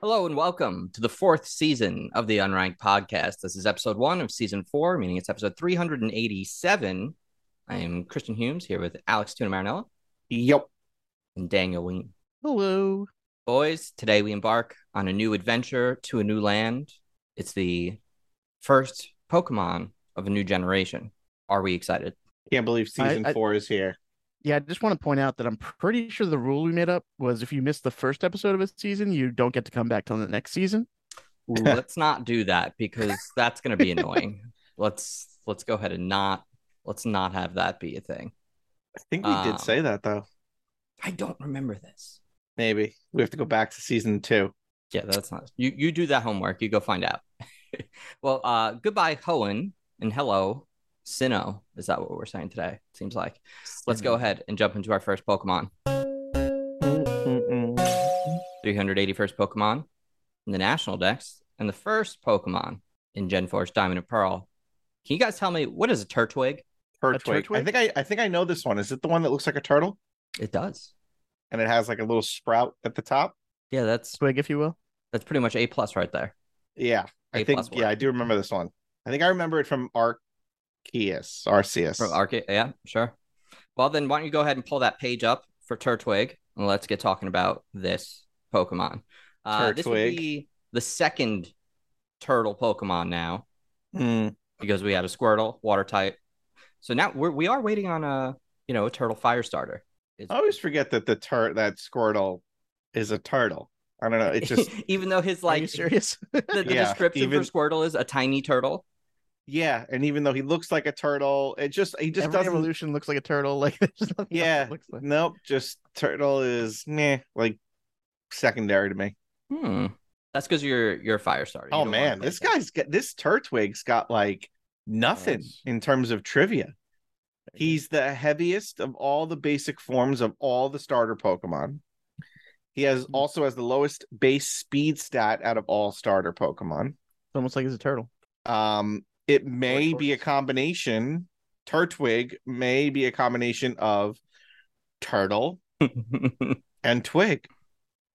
Hello and welcome to the fourth season of the Unranked Podcast. This is episode one of season four, meaning it's episode 387. I am Christian Humes here with Alex Tuna Marinella Yep. and Daniel Ween. Hello. Boys, today we embark on a new adventure to a new land. It's the first Pokemon of a new generation. Are we excited? Can't believe season I- I- four is here. Yeah, I just want to point out that I'm pretty sure the rule we made up was if you miss the first episode of a season, you don't get to come back till the next season. Ooh, let's not do that because that's going to be annoying. Let's let's go ahead and not let's not have that be a thing. I think we Um, did say that though. I don't remember this. Maybe we have to go back to season two. Yeah, that's not you. You do that homework. You go find out. well, uh, goodbye, Hoenn, and hello, Sinnoh. Is that what we're saying today? Seems like. Let's go ahead and jump into our first Pokemon. Mm-mm-mm. 381st Pokemon in the National Dex, and the first Pokemon in Gen Force Diamond and Pearl. Can you guys tell me what is a Turtwig? Turtwig. I turtwig? think I, I think I know this one. Is it the one that looks like a turtle It does. and it has like a little sprout at the top? Yeah, that's Twig, if you will. that's pretty much A plus right there. Yeah. I A think plus yeah, one. I do remember this one. I think I remember it from Arceus. Arceus. From Arca- yeah, sure. Well, then why don't you go ahead and pull that page up for Turtwig, and let's get talking about this Pokemon. Uh, This would Turtwig. be the second turtle Pokemon now Mm. because we had a Squirtle, water type. So now we're, we are waiting on a you know a turtle fire starter. It's- I always forget that the tur that Squirtle is a turtle. I don't know. It just even though his Are you like serious? the, the Yeah, description even- for Squirtle is a tiny turtle. yeah, and even though he looks like a turtle, it just it just Every doesn't evolution looks like a turtle. Like there's nothing else Yeah. that looks like. Nope, just turtle is meh, like secondary to me. Hmm. That's because you're you're a fire starter. You Oh don't wanna man, play this that. guy's got this Turtwig's got like nothing Yes. in terms of trivia. He's the heaviest of all the basic forms of all the starter Pokemon. He has also has the lowest base speed stat out of all starter Pokemon. It's almost like he's a turtle. Um, it may be a tortoise. combination. Turtwig may be a combination of turtle and twig.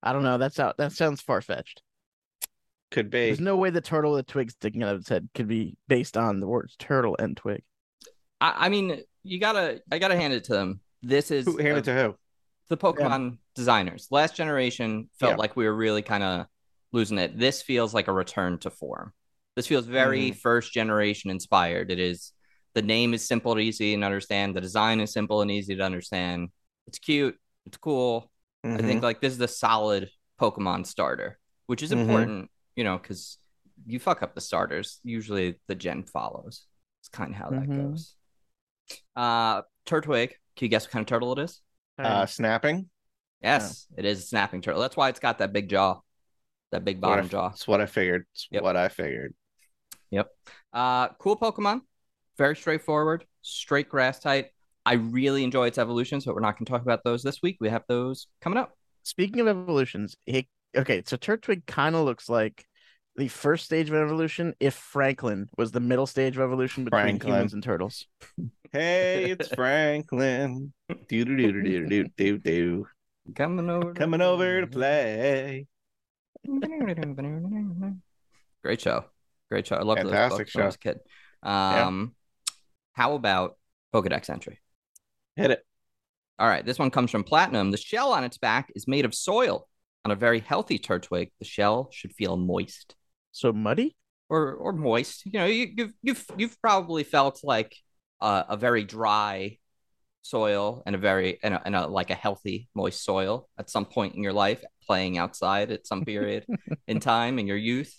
I don't know. That's out. That sounds far fetched. Could be. There's no way the turtle with the twig sticking out of its head could be based on the words turtle and twig. I, I mean, you gotta I gotta hand it to them. This is Who hand a- it to who? the Pokemon designers. Last generation felt Yeah. like we were really kind of losing it. This feels like a return to form. This feels very first generation inspired. It is the name is simple and easy to understand. The design is simple and easy to understand. It's cute. It's cool. I think like this is a solid Pokemon starter, which is Mhm. important, you know, because you fuck up the starters. Usually the gen follows. It's kind of how that Mhm. goes. Uh, Turtwig. Can you guess what kind of turtle it is? uh, snapping. Yes, it is a snapping turtle. That's why it's got that big jaw, that big What I- bottom jaw. That's what I figured. It's Yep. what I figured. Uh, cool Pokemon, very straightforward, straight grass type. I really enjoy its evolutions, but we're not going to talk about those this week. We have those coming up. Speaking of evolutions, he okay, so Turtwig kind of looks like the first stage of evolution if Franklin was the middle stage of evolution between Franklin. humans and turtles. Hey, it's Franklin. Do do do do do do do. Coming over, to Coming over Mm-hmm. to play. Great show, great show. I loved those Fantastic books when I was a kid. Um, how about Pokedex entry? Hit it. All right, this one comes from Platinum. The shell on its back is made of soil. On a very healthy turtwig, the shell should feel moist So muddy? or or moist. You know, you, you've you've you've probably felt like uh, a very dry soil and a very and a, and a like a healthy moist soil at some point in your life, playing outside at some period in time in your youth.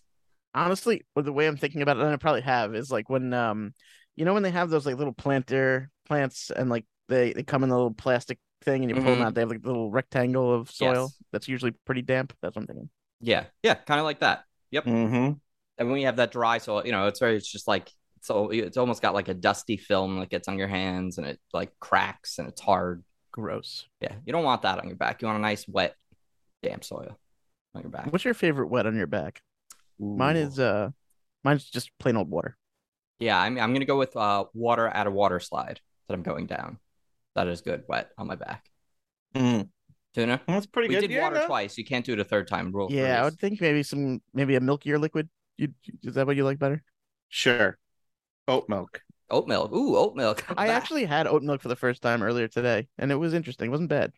Honestly, well, the way I'm thinking about it, and I probably have, is like when um you know when they have those like little planter plants and like they, they come in a little plastic thing and you pull them Mhm. out, they have like a little rectangle of soil Yes. that's usually pretty damp. That's what I'm thinking. Yeah, yeah, kind of like that. Mm-hmm. And when you have that dry soil, you know, it's very it's just like it's all it's almost got like a dusty film that gets on your hands and it like cracks and it's hard. Gross. Yeah, you don't want that on your back. You want a nice, wet, damp soil on your back. What's your favorite wet on your back? Mine is uh mine's just plain old water. Yeah, I'm, I'm going to go with uh, water at a water slide that I'm going down. That is good, wet on my back. Mm, Tuna. that's pretty We good. did Yeah, water no. twice. You can't do it a third time. Rule. of Yeah, I threes. would think maybe some maybe a milkier liquid. You is that what you like better? Sure. Oat milk. Oat milk. Ooh, oat milk. I actually had oat milk for the first time earlier today, and it was interesting. It wasn't bad.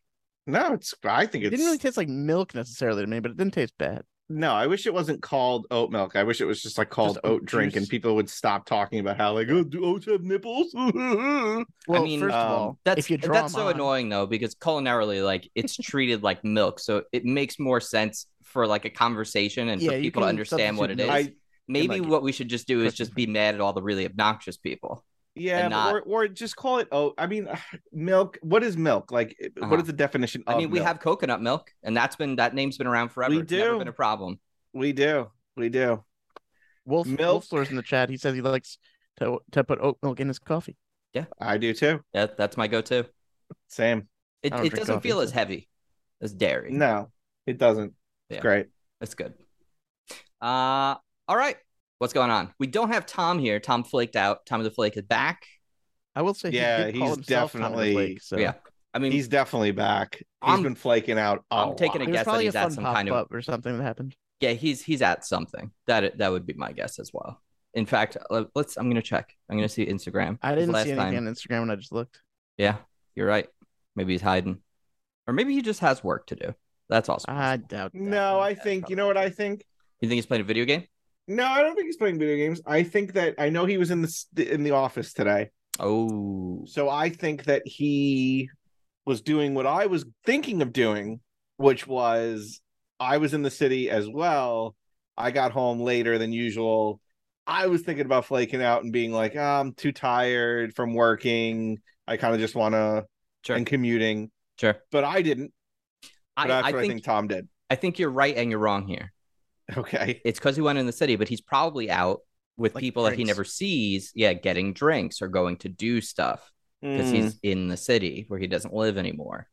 No, it's. I think It it's. didn't really taste like milk necessarily to me, but it didn't taste bad. No, I wish it wasn't called oat milk. I wish it was just like called Just oat oat drink, juice. and people would stop talking about how like oh, do oats have nipples? Well, mean, first um, of all, That's if you draw that's 'em so on- annoying though because culinarily like it's treated like milk, so it makes more sense for like a conversation and Yeah, for you people to can understand what it substitute is. milk. I Maybe like, what we should just do is cooking just for- be mad at all the really obnoxious people. yeah, And but- not- or or just call it oat. I mean, milk. What is milk? Like, eh, what Uh-huh. is the definition? Of I mean, we milk? have coconut milk, and that's been that name's been around forever. We It's never do. been a problem. we do, we do. Wolf Milk. Wolfslor's in the chat. He says he likes to to put oat milk in his coffee. I do too. Yeah, that's my go-to. Same. It, I don't it drink doesn't coffee, feel so- as heavy as dairy. No, it doesn't. It's Yeah. great. That's good. Uh, all right. What's going on? We don't have Tom here. Tom flaked out. Tom the Flake is back. I will say, Yeah, he did call he's himself Tom and the definitely- Flake, so. Yeah. I mean, He's definitely back. He's I'm- been flaking out. i I'm taking a There's guess that probably he's a at fun some pop kind of- up or something that happened. yeah, he's he's at something. That that would be my guess as well. In fact, let- let's. I'm gonna check. I'm gonna see Instagram. I 'cause didn't last see anything time- on Instagram when I just looked. Yeah, you're right. Maybe he's hiding, or maybe he just has work to do. That's also. I possible. doubt. that. No, I think you know what I think. You think he's playing a video game? No, I don't think he's playing video games. I think that I know he was in the s- in the office today. Oh, So I think that he was doing what I was thinking of doing, which was I was in the city as well. I got home later than usual. I was thinking about flaking out and being like, "Ah, I'm too tired from working. I kind of just want to sure, and commuting, sure. but I didn't. But I, that's I what I think think Tom did. I think you're right and you're wrong here. Okay. It's because he went in the city, but he's probably out with Like people that he drinks. never sees. Yeah, getting drinks or going to do stuff because Mm. he's in the city where he doesn't live anymore.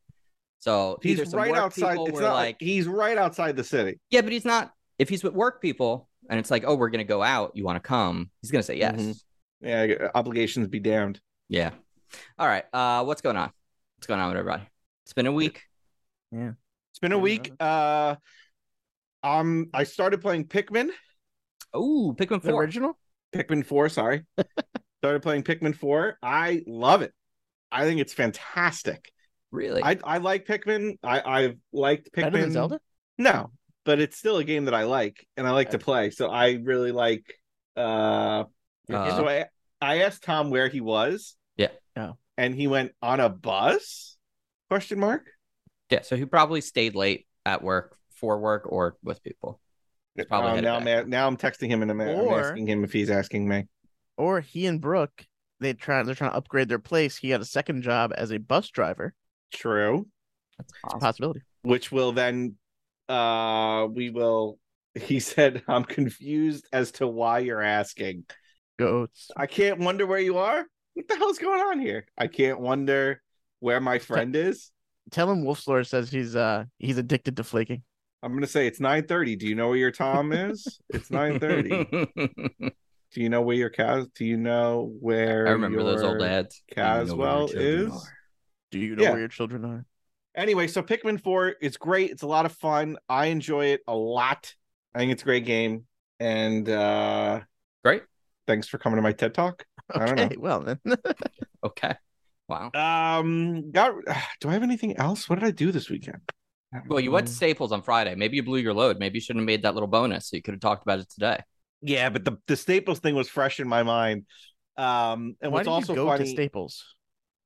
So either he's some right work outside. people It's were not like, like he's right outside the city. yeah, but he's not. If he's with work people and it's like, oh, we're gonna go out, you want to come? He's gonna say yes. Mhm. Yeah, I got- obligations be damned. Yeah. All right. Uh, what's going on? What's going on with everybody? It's been a week. It's been a Yeah, week. Uh, um, I started playing Pikmin. Oh, Pikmin The Four. original. Pikmin 4, sorry. Started playing Pikmin 4. I love it. I think it's fantastic. really? I, I like Pikmin. I, I've liked Pikmin. Better than Zelda. No, but it's still a game that I like and I like to play. So I really like uh, Uh. so I I asked Tom where he was. Yeah. Oh. And he went on a bus? Question mark? yeah. So he probably stayed late at work for work or with people. He's probably Uh, headed now, I'm back. a- now I'm texting him and I'm, I'm Or- asking him if he's asking me. Or he and Brooke, they try. They're trying to upgrade their place. He got a second job as a bus driver. True. That's It's a awesome. possibility. which will then uh we will he said i'm confused as to why you're asking Goats. i can't wonder where you are what the hell's going on here i can't wonder where my friend is Tell him Wolfslore says he's uh he's addicted to flaking. i'm gonna say it's 9:30. do you know where your tom is it's 9:30. do you know where your cas do you know where I remember those old your- ads. You know where your Caswell children is- are. Do you know Yeah. where your children are? anyway so pikmin 4 it's great it's a lot of fun i enjoy it a lot i think it's a great game and uh Great. thanks for coming to my ted talk I don't know. Okay, well then. Okay. Wow. Um, got. Do I have anything else? What did I do this weekend? Well, you um, went to Staples on Friday. Maybe you blew your load. Maybe you shouldn't have made that little bonus. So you could have talked about it today. Yeah, but the the Staples thing was fresh in my mind. Um, and Why what's did also you go funny, to Staples?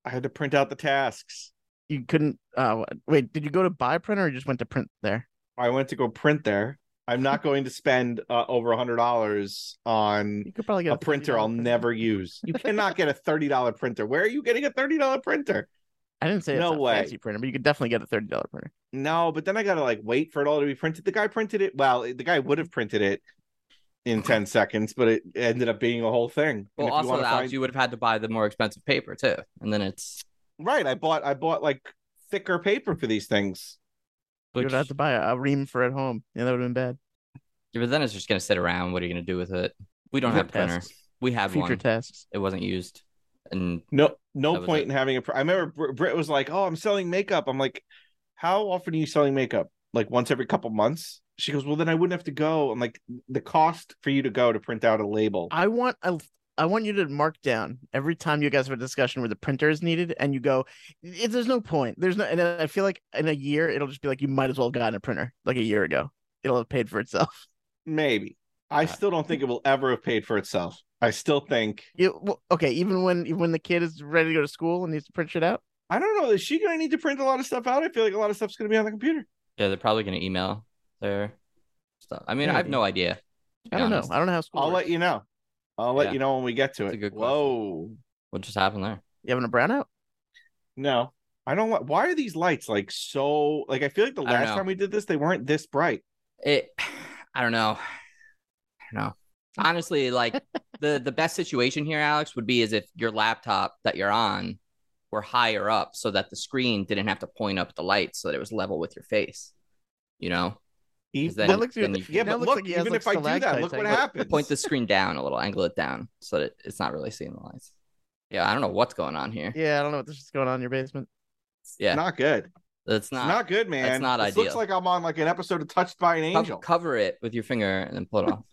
I had to print out the tasks. You couldn't. Uh, wait, did you go to buy printer or you just went to print there? I went to go print there. I'm not going to spend uh, over a hundred dollars on You could probably get a printer I'll $50 never use. You cannot get a thirty dollar printer. Where are you getting a thirty dollar printer? I didn't say No it's a way. fancy printer, but you could definitely get a thirty dollar printer. No, but then I gotta like wait for it all to be printed. The guy printed it. Well, the guy would have printed it in ten seconds, but it ended up being a whole thing. And Well, if you also, wanna Alex, find- you would have had to buy the more expensive paper too. And then it's. Right. I bought I bought like thicker paper for these things. You Which, would have to buy a, a ream for at home. Yeah, that would have been bad. but then it's just going to sit around. What are you going to do with it? We don't have a printer. Tasks. We have Future one. tasks. it wasn't used. And No That no was point it. in having a pr- I remember Br- Britt was like, "Oh, I'm selling makeup." I'm like, how often are you selling makeup? Like once every couple months? She goes, well, then I wouldn't have to go. I'm like, the cost for you to go to print out a label. I want a I want you to mark down every time you guys have a discussion where the printer is needed, and you go, "It- "There's no point. There's no." And then I feel like in a year it'll just be like you might as well have gotten a printer like a year ago. It'll have paid for itself. Maybe. I Uh, still don't think it will ever have paid for itself. I still think You, well, okay, even when even when the kid is ready to go to school and needs to print shit out, I don't know. Is she going to need to print a lot of stuff out? I feel like a lot of stuff's going to be on the computer. Yeah, they're probably going to email their stuff. I mean, I have Maybe. no idea. I don't know. honest. I don't know how school. I'll works. let you know. I'll let Yeah. you know when we get to That's it. a good question. Whoa. What just happened there? You having a brownout? No, I don't. want Why are these lights like so? Like I feel like the I don't last know. time we did this, they weren't this bright. It, I don't know. I don't know. Honestly, like the the best situation here, Alex, would be is if your laptop that you're on were higher up, so that the screen didn't have to point up at the light, so that it was level with your face. You know, 'Cause Even, then, That looks- then you E-, yeah, can Now but it looks look, like he has, even like, if I do that, stalactites look what hanging. happens. point the screen down a little, angle it down, so that it's not really seeing the lights. Yeah, I don't know what's going on here. Yeah, I don't know what this is going on in your basement. Yeah, Not good. that's It's not good, man. not this Looks ideal. like I'm on like an episode of Touched by an Co- Angel. cover it with your finger and then pull it off.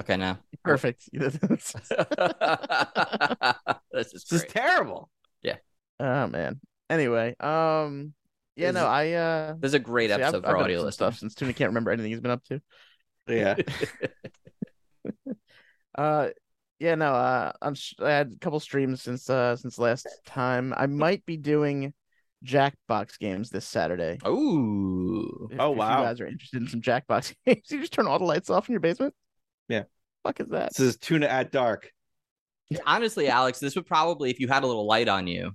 okay, now. Perfect. this is this is great. terrible. oh man. Anyway, um, yeah, Is no, it- I uh, There's a great see, I've- episode I've for been up audio to some listeners. stuff since Tuna can't remember anything he's been up to. Yeah. Uh, yeah, no, uh, I'm sh- I had a couple streams since uh since last time. I might be doing Jackbox games this Saturday. Ooh. If- Oh, if wow. you guys are interested in some Jackbox games, you just turn all the lights off in your basement. Yeah. fuck is that? this is tuna at dark. Honestly, Alex, this would probably, if you had a little light on you,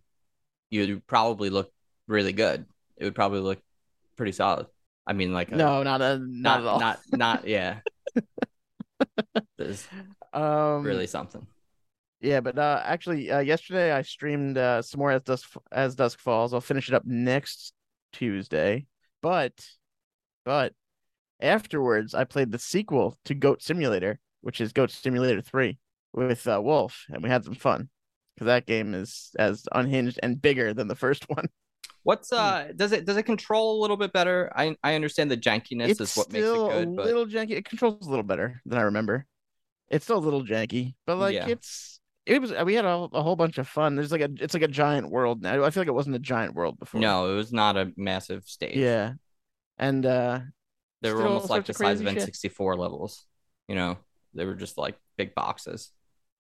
you'd probably look really good. It would probably look pretty solid. I mean, like, a- No, not a, not, not, at all. Not, not, yeah. There's um, really something. Yeah, but uh, actually, uh, yesterday I streamed uh, some more as dusk as dusk falls. I'll finish it up next Tuesday, but but afterwards I played the sequel to Goat Simulator, which is Goat Simulator Three with uh, Wolf, and we had some fun because that game is as unhinged and bigger than the first one. hmm. What's uh does it does it control a little bit better? I I understand the jankiness It's is what makes it still good, a but little janky. It controls a little better than I remember. It's still a little janky, but like Yeah. it's it was we had a, a whole bunch of fun. There's like a it's like a giant world now. I feel like it wasn't a giant world before. no, it was not a massive stage. Yeah. And uh They were Still almost all like sorts the of size of crazy shit. N64 levels. You know, they were just like big boxes.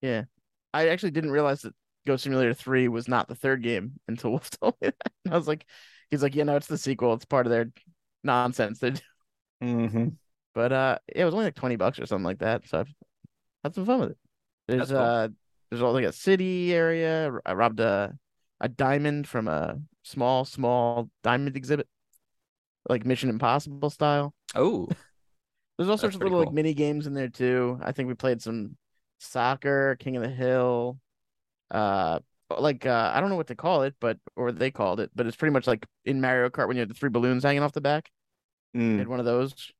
I actually didn't realize that Ghost Simulator 3 was not the third game until Wolf told me that. And I was like he's like, you know, it's the sequel. It's part of their nonsense. They do. Mm-hmm. But uh it was only like 20 bucks or something like that. So I've had some fun with it. There's That's cool. uh there's all like a city area. R- I robbed a a diamond from a small, small diamond exhibit, like Mission Impossible style. Oh, There's all That's sorts of pretty little cool. like mini games in there too. I think we played some soccer, King of the Hill, uh, like uh, I don't know what to call it, but or they called it, but it's pretty much like in Mario Kart when you have the three balloons hanging off the back. Mm. Hmm. They had one of those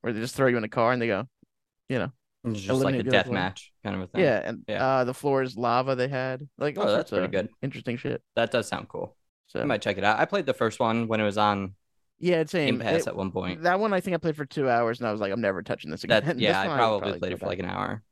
where they just throw you in a car and they go, it's just Eliminate like a the other death one. match kind of a thing. yeah, and Um, Yeah. uh, the floor is lava. They had like all Oh, that's sorts pretty of good. interesting shit. That does sound cool. I So might check it out. I played the first one when it was on yeah, it's Game same. Pass It- at one point. that one I think I played for two hours and I was like, I'm never touching this again. That This yeah, I one would probably, played go it for back like an hour.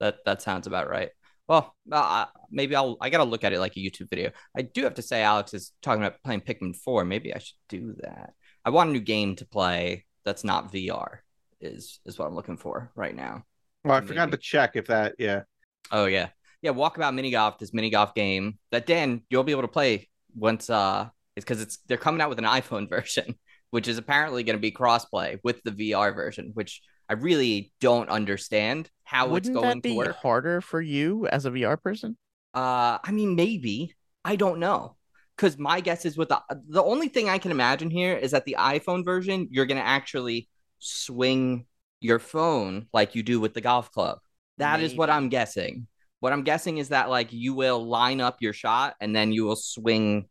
That that sounds about right. Well, uh, I- maybe I'll I gotta look at it like a YouTube video. I do have to say, Alex is talking about playing Pikmin Four. Maybe I should do that. I want a new game to play that's not VR. Is is what I'm looking for right now. Well, I forgot Maybe. to check if that. Yeah. Oh yeah, yeah. Walkabout mini golf. This mini golf game that Dan you'll be able to play once uh it's because it's they're coming out with an iPhone version, which is apparently going to be crossplay with the VR version, which I really don't understand how Wouldn't it's going that be to work. harder for you as a VR person? Uh, I mean, maybe I don't know because my guess is with the the only thing I can imagine here is that the iPhone version you're gonna actually swing your phone like you do with the golf club. That is what Maybe. I'm guessing. What I'm guessing is that like you will line up your shot and then you will swing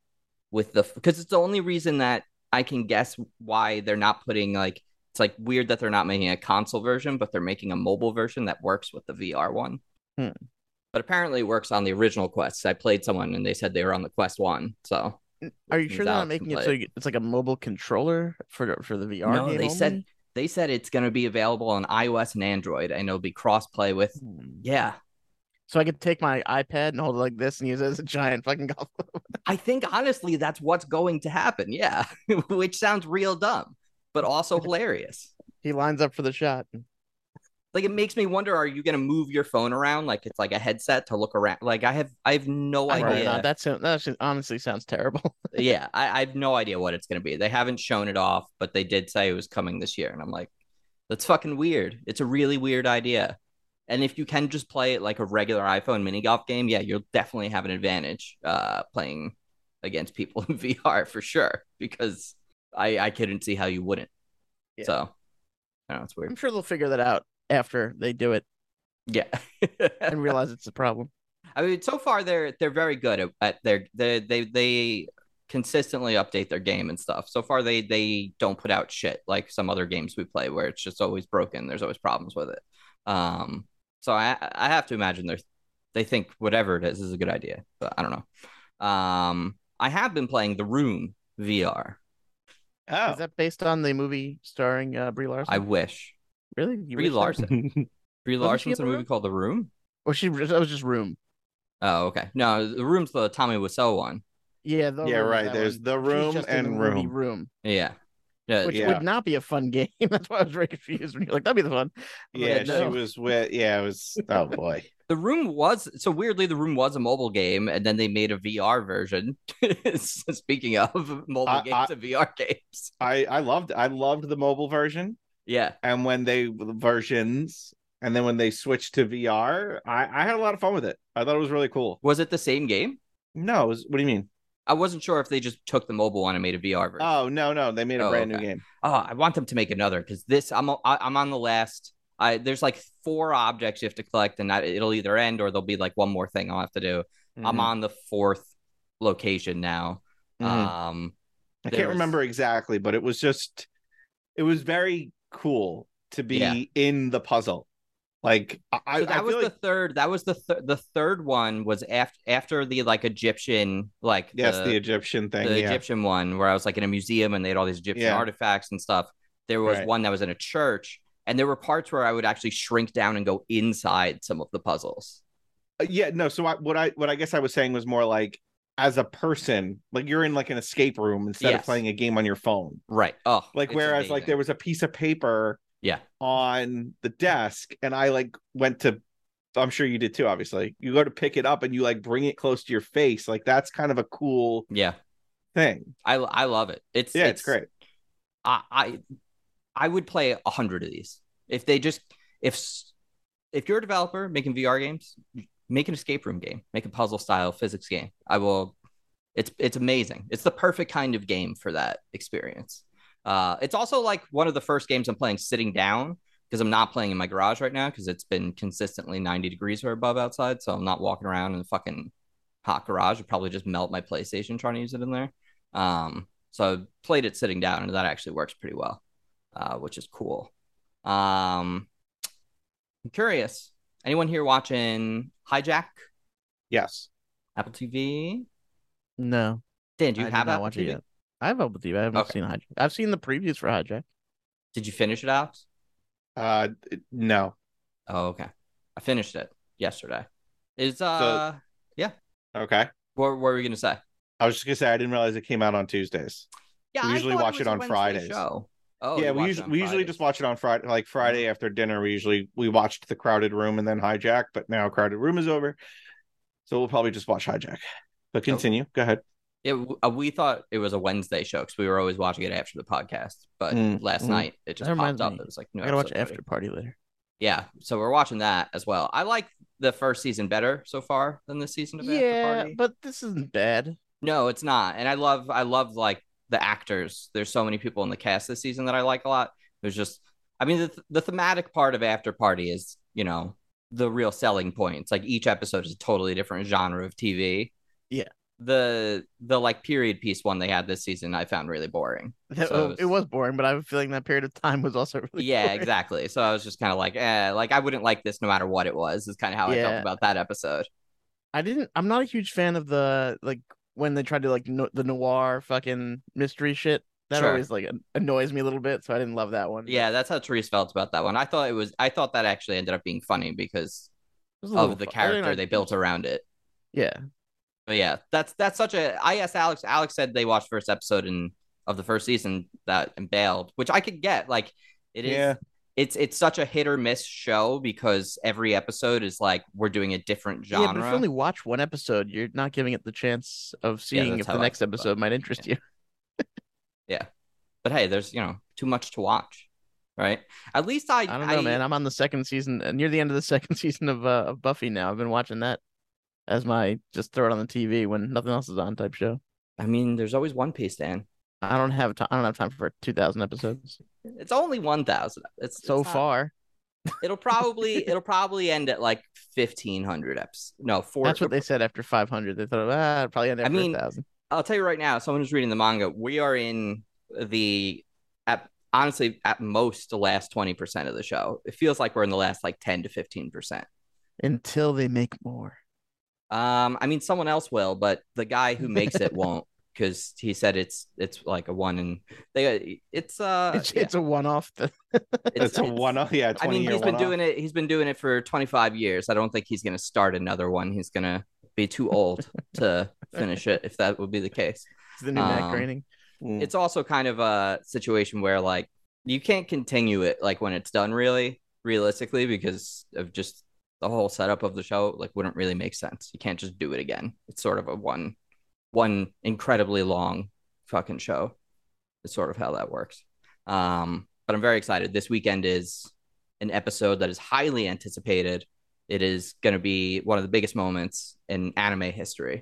with the because it's the only reason that I can guess why they're not putting like it's like weird that they're not making a console version but they're making a mobile version that works with the VR one but apparently it works on the original quests. I played someone and they said they were on the quest one, so Are you things sure they're out not and making it so play. you- it's like a mobile controller for for the VR No, game? they said only? they said it's going to be available on iOS and Android, and it'll be cross-play with. Hmm. Yeah, So I could take my iPad and hold it like this and use it as a giant fucking golf club. I think honestly that's what's going to happen. Yeah, which sounds real dumb, but also hilarious. He lines up for the shot. Like it makes me wonder: Are you going to move your phone around like it's like a headset to look around? Like I have, I have no I hope idea. not. That sound, that actually honestly sounds terrible. yeah, I, I have no idea what it's going to be. They haven't shown it off, but they did say it was coming this year. And I'm like, that's fucking weird. It's a really weird idea. And if you can just play it like a regular iPhone mini golf game, yeah, you'll definitely have an advantage uh, playing against people in VR for sure, because I, I couldn't see how you wouldn't. Yeah. So, I don't know, it's I'm weird. sure they'll figure that out after they do it Yeah. and realize it's a problem. I mean, so far they're they're very good at, at their they, they they consistently update their game and stuff. So far they they don't put out shit like some other games we play where it's just always broken. There's always problems with it. Um, so I I have to imagine they they think whatever it is is a good idea, but I don't know. Um, I have been playing The Room VR. Oh, Is that based on the movie starring uh, Brie Larson? I wish really you Brie wish that? Larson. Oh. Brie Wasn't she Larson's in in a The movie Room? called The Room. Or she that was just room. Oh, okay. No, The Room's the Tommy Wiseau one. Yeah, the Yeah, room, right. that There's one. The She's Room just in the and movie Room. room, Yeah, yeah. which Yeah. would not be a fun game. That's why I was very confused when you're like, "That'd be the fun." I'm like, yeah, she no. was with. Yeah, it was. Oh boy. The room was so weirdly, the room was a mobile game, and then they made a VR version. So Speaking of mobile I- games I- and VR games, I I loved I loved the mobile version, yeah, and when they the versions, and then when they switched to VR, I I had a lot of fun with it. I thought it was really cool. was it the same game? No, it was, what do you mean? I wasn't sure if they just took the mobile one and made a VR version. Oh no, no, they made a Oh, brand okay. new game. oh, I want them to make another because this I'm I, I'm on the last. I there's like four objects you have to collect, and I, it'll either end or there'll be like one more thing I'll have to do. I'm Mm-hmm. on the fourth location now. Mhm. Um, I there can't was- remember exactly, but it was just it was very cool to be Yeah. in the puzzle. Like I, I- so that I was feel the like third. That was the th- the third one was after after the like Egyptian like yes, the, the, Egyptian thing. the yeah. Egyptian one where I was like in a museum and they had all these Egyptian Yeah. artifacts and stuff. There was Right. one that was in a church, and there were parts where I would actually shrink down and go inside some of the puzzles. Uh, yeah, no. So I, what I what I guess I was saying was more like as a person, like you're in like an escape room instead Yes. of playing a game on your phone. Right. Oh, Like it's whereas like there amazing. was a piece of paper Yeah. on the desk and I like went to I'm sure you did too, obviously. You go to pick it up and you like bring it close to your face. Like that's kind of a cool yeah. thing. I I love it. It's Yeah, it's great. I I, I would play a hundred of these if they just if s- if you're a developer making VR games, make an escape room game, make a puzzle style physics game. I will. It's it's amazing. It's the perfect kind of game for that experience. Uh, it's also like one of the first games I'm playing sitting down because I'm not playing in my garage right now because it's been consistently 90 degrees or above outside, so I'm not walking around in the fucking hot garage. I'd probably just melt my PlayStation trying to use it in there. Um, so I played it sitting down, and that actually works pretty well, uh, which is cool. Um, I'm curious. Anyone here watching Hijack Yes. Apple TV? No, Dan, do I you did have not Apple watch TV? it yet. I have Apple TV. I haven't Okay. seen Hijack. I've seen the previews for Hijack. Did you finish it out? Uh no. Oh, okay. I finished it yesterday. Is uh, Okay. what, what were we gonna say? I was just gonna say I didn't realize it came out on Tuesdays. Yeah, We usually thought watch it was a on Wednesday Fridays. Show. Oh, yeah, you we watch it usually on we usually Fridays. just watch it on Friday, like Friday after dinner. We usually we watched the Crowded Room and then Hijack, but now Crowded Room is over, so we'll probably just watch Hijack. Oh, But continue. Go ahead. It, uh, we thought it was a Wednesday show because we were always watching it after the podcast. But Mm, last mm. night it just That popped reminds up. me. It was like new I gotta watch episodes already. After Party later. Yeah, so we're watching that as well. I like the first season better so far than this season of After Yeah, Party. but this isn't bad. No, it's not. And I love I love like the actors. There's so many people in the cast this season that I like a lot. There's just I mean the th- the thematic part of After Party is, you know, the real selling point. It's like each episode is a totally different genre of TV. Yeah. The the like period piece one they had this season I found really boring. That- So it was boring, but I have a feeling that period of time was also really yeah, boring. exactly. So I was just kind of like, eh, like I wouldn't like this no matter what it was. Is kind of how I Yeah. felt about that episode. I didn't. I'm not a huge fan of the like when they tried to like no- the noir fucking mystery shit. That Sure. always like an- annoys me a little bit, so I didn't love that one. It Yeah, that's how Therese felt about that one. I thought it was. I thought that actually ended up being funny because was a little of the fu- I didn't character like- they built around it. Yeah, But yeah, that's that's such a. I asked Alex. Alex said they watched first episode in of the first season that and bailed, which I could get. Like it is. Yeah. It's it's such a hit or miss show because every episode is like we're doing a different genre. yeah. But if you only watch one episode, you're not giving it the chance of seeing that's if how the I next feel about episode might interest you. But hey, there's you know too much to watch, right? At least I. I don't know, man. I'm on the second season, uh, near the end of the second season of uh, of Buffy now. I've been watching that as my just throw it on the TV when nothing else is on type show. I mean, there's always One Piece, Dan. I don't have time. I don't have time for two thousand episodes It's only one thousand. It's so it's not- far. It'll probably it'll probably end at like fifteen hundred eps. No, four. That's what they said after five hundred. They thought, ah, it'll probably end I after mean, thousand. I'll tell you right now. Someone who's reading the manga, we are in the at honestly at most the last twenty percent of the show. It feels like we're in the last like ten to fifteen percent. Until they make more. Um, I mean, someone else will, but the guy who makes it won't because he said it's it's like a one in they it's uh it's, yeah, it's a one off. Th- It's a one off. Yeah, I 20 mean, year he's been one-off. doing it. He's been doing it for 25 years. I don't think he's going to start another one. He's going to be too old to finish it if that would be the case. it's the new Matt Um, Groening. Mm. It's also kind of a situation where like you can't continue it like when it's done really realistically because of just the whole setup of the show like wouldn't really make sense. You can't just do it again. It's sort of a one one incredibly long fucking show. It's sort of how that works. Um, but I'm very excited. This weekend is an episode that is highly anticipated. It is going to be one of the biggest moments in anime history.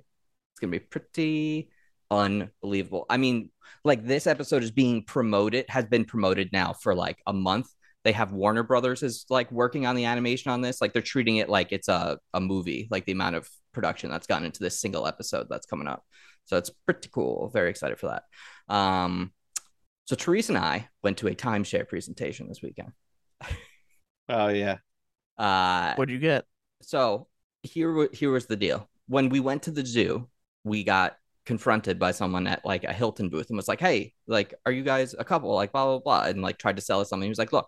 It's going to be pretty unbelievable. I mean, like this episode is being promoted, has been promoted now for like a month. They have Warner Brothers is like working on the animation on this. Like they're treating it like it's a, a movie, like the amount of production that's gone into this single episode that's coming up. So it's pretty cool. Very excited for that. Um, so Therese and I went to a timeshare presentation this weekend. oh yeah. Uh, What'd you get? so here wa- here was the deal when we went to the zoo we got confronted by someone at like a hilton booth and was like hey like are you guys a couple like blah blah blah and like tried to sell us something he was like look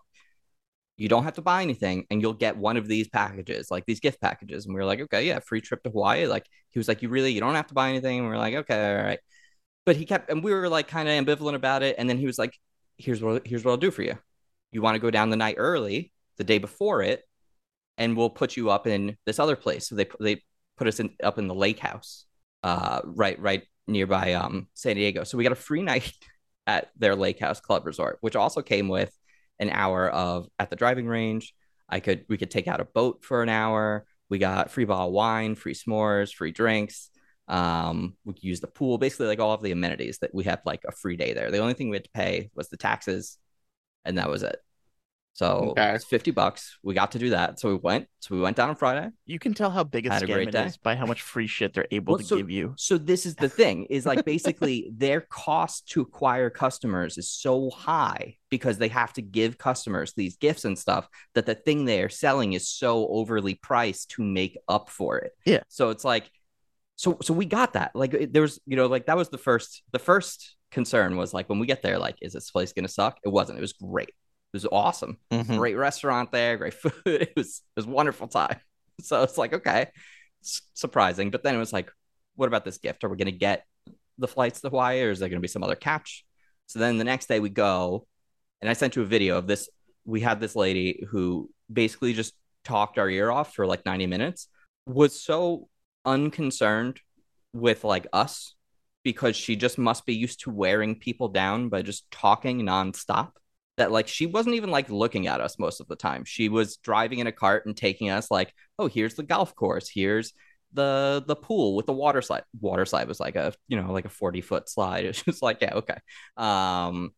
you don't have to buy anything and you'll get one of these packages like these gift packages and we were like okay yeah free trip to hawaii like he was like you really you don't have to buy anything and we were like okay all right but he kept and we were like kind of ambivalent about it and then he was like here's what here's what i'll do for you you want to go down the night early the day before it and we'll put you up in this other place. So they they put us in up in the lake house, uh, right right nearby um San Diego. So we got a free night at their lake house club resort, which also came with an hour of at the driving range. I could we could take out a boat for an hour. We got free bottle of wine, free s'mores, free drinks. Um, we could use the pool, basically like all of the amenities that we had like a free day there. The only thing we had to pay was the taxes, and that was it. So Okay. it's fifty bucks. We got to do that. So we went. So we went down on Friday. You can tell how big a Had a scam great it day. is by how much free shit they're able Well, to so- give you. So this is the thing is like basically their cost to acquire customers is so high because they have to give customers these gifts and stuff that the thing they are selling is so overly priced to make up for it. Yeah. So it's like so so we got that. Like it, there was you know like that was the first the first concern was like when we get there like is this place going to suck? It wasn't. It was great. It was awesome. Mhm. great restaurant there, great food. It was it was a wonderful time. So it's like okay, s- surprising. But then it was like, what about this gift? Are we gonna get the flights to Hawaii, or is there gonna be some other catch? So then the next day we go, and I sent you a video of this. We had this lady who basically just talked our ear off for like ninety minutes. Was so unconcerned with like us because she just must be used to wearing people down by just talking nonstop that like she wasn't even like looking at us most of the time. She was driving in a cart and taking us like, oh, here's the golf course, here's the the pool with the water slide. Water slide was like a you know like a forty foot slide. It's just like yeah okay, um,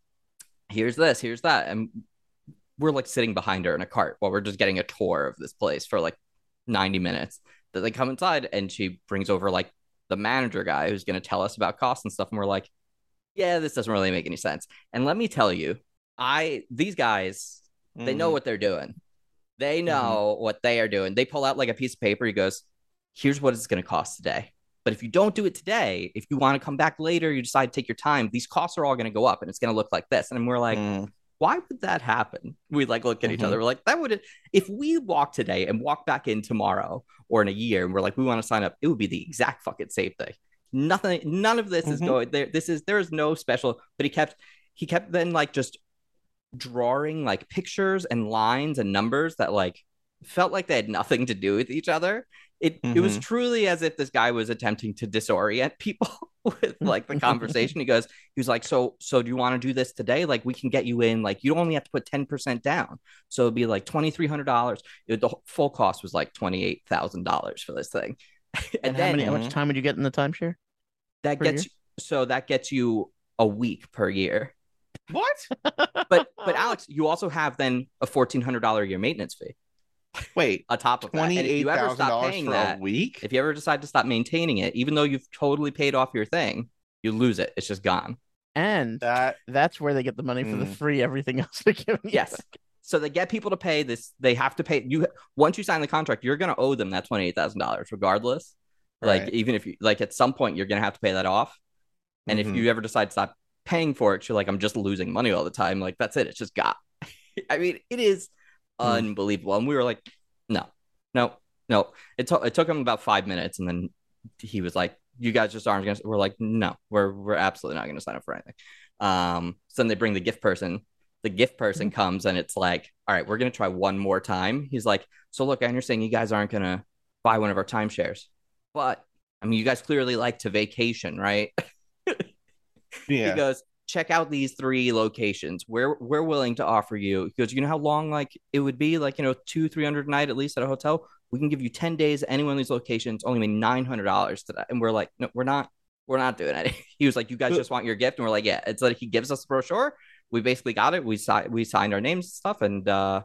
here's this, here's that, and we're like sitting behind her in a cart while we're just getting a tour of this place for like ninety minutes. That they come inside and she brings over like the manager guy who's going to tell us about costs and stuff, and we're like, yeah, this doesn't really make any sense. And let me tell you, I these guys, they know Mm-hmm. what they're doing. They know what they are doing. They pull out like a piece of paper. He goes, "Here's what it's going to cost today. But if you don't do it today, if you want to come back later, you decide to take your time, these costs are all going to go up and it's going to look like this. And we're like, Mm. why would that happen? We like look at each Mhm. other. We're like, that would if we walk today and walk back in tomorrow or in a year, and we're like, we want to sign up. It would be the exact fucking same thing. Nothing. None of this is Mhm. going there. This is there is no special. But he kept he kept then like just drawing like pictures and lines and numbers that like felt like they had nothing to do with each other. It it Mm-hmm. was truly as if this guy was attempting to disorient people with like the conversation. he goes, he was like, so so do you want to do this today? Like we can get you in. Like you only have to put ten percent down, so it'd be like twenty three hundred dollars. The whole- full cost was like twenty eight thousand dollars for this thing, and, And, how, then many, how much time would you get in the timeshare? that per gets so that gets you a week per year. What? But but Alex, you also have then a fourteen hundred dollar a year maintenance fee Wait, on top of that. And twenty if eight you ever thousand stop dollars paying for that, a week? if you ever decide to stop maintaining it, even though you've totally paid off your thing, you lose it. It's just gone. and that that's where they get the money for the Mm. free everything else they're giving you. Hmm. Yes. So they get people to pay this. They have to pay you once you sign the contract. You're going to owe them that twenty eight thousand dollars, regardless. Like Right. even if you like at some point you're going to have to pay that off. And Mhm. if you ever decide to stop paying for it, you're like, I'm just losing money all the time. Like that's it. It's just got. I mean, it is Mm. unbelievable. And we were like, no, no, no. It took it took him about five minutes, and then he was like, "You guys just aren't going to." We're like, "No, we're we're absolutely not going to sign up for anything." Um, so then they bring the gift person. The gift person comes, and it's like, "All right, we're going to try one more time." He's like, "So look, I understand you guys aren't going to buy one of our timeshares, but I mean, you guys clearly like to vacation, right?" Mm-hmm. yeah. He goes, check out these three locations. We're we're willing to offer you. He goes, you know how long like it would be, like you know, two, three hundred a night at least at a hotel. We can give you ten days at any one of these locations. Only made nine hundred dollars to that. And we're like, no, we're not. We're not doing it. He was like, you guys Who- just want your gift, and we're like, yeah. It's like he gives us the brochure. We basically got it. We si- we signed our names and stuff, and uh,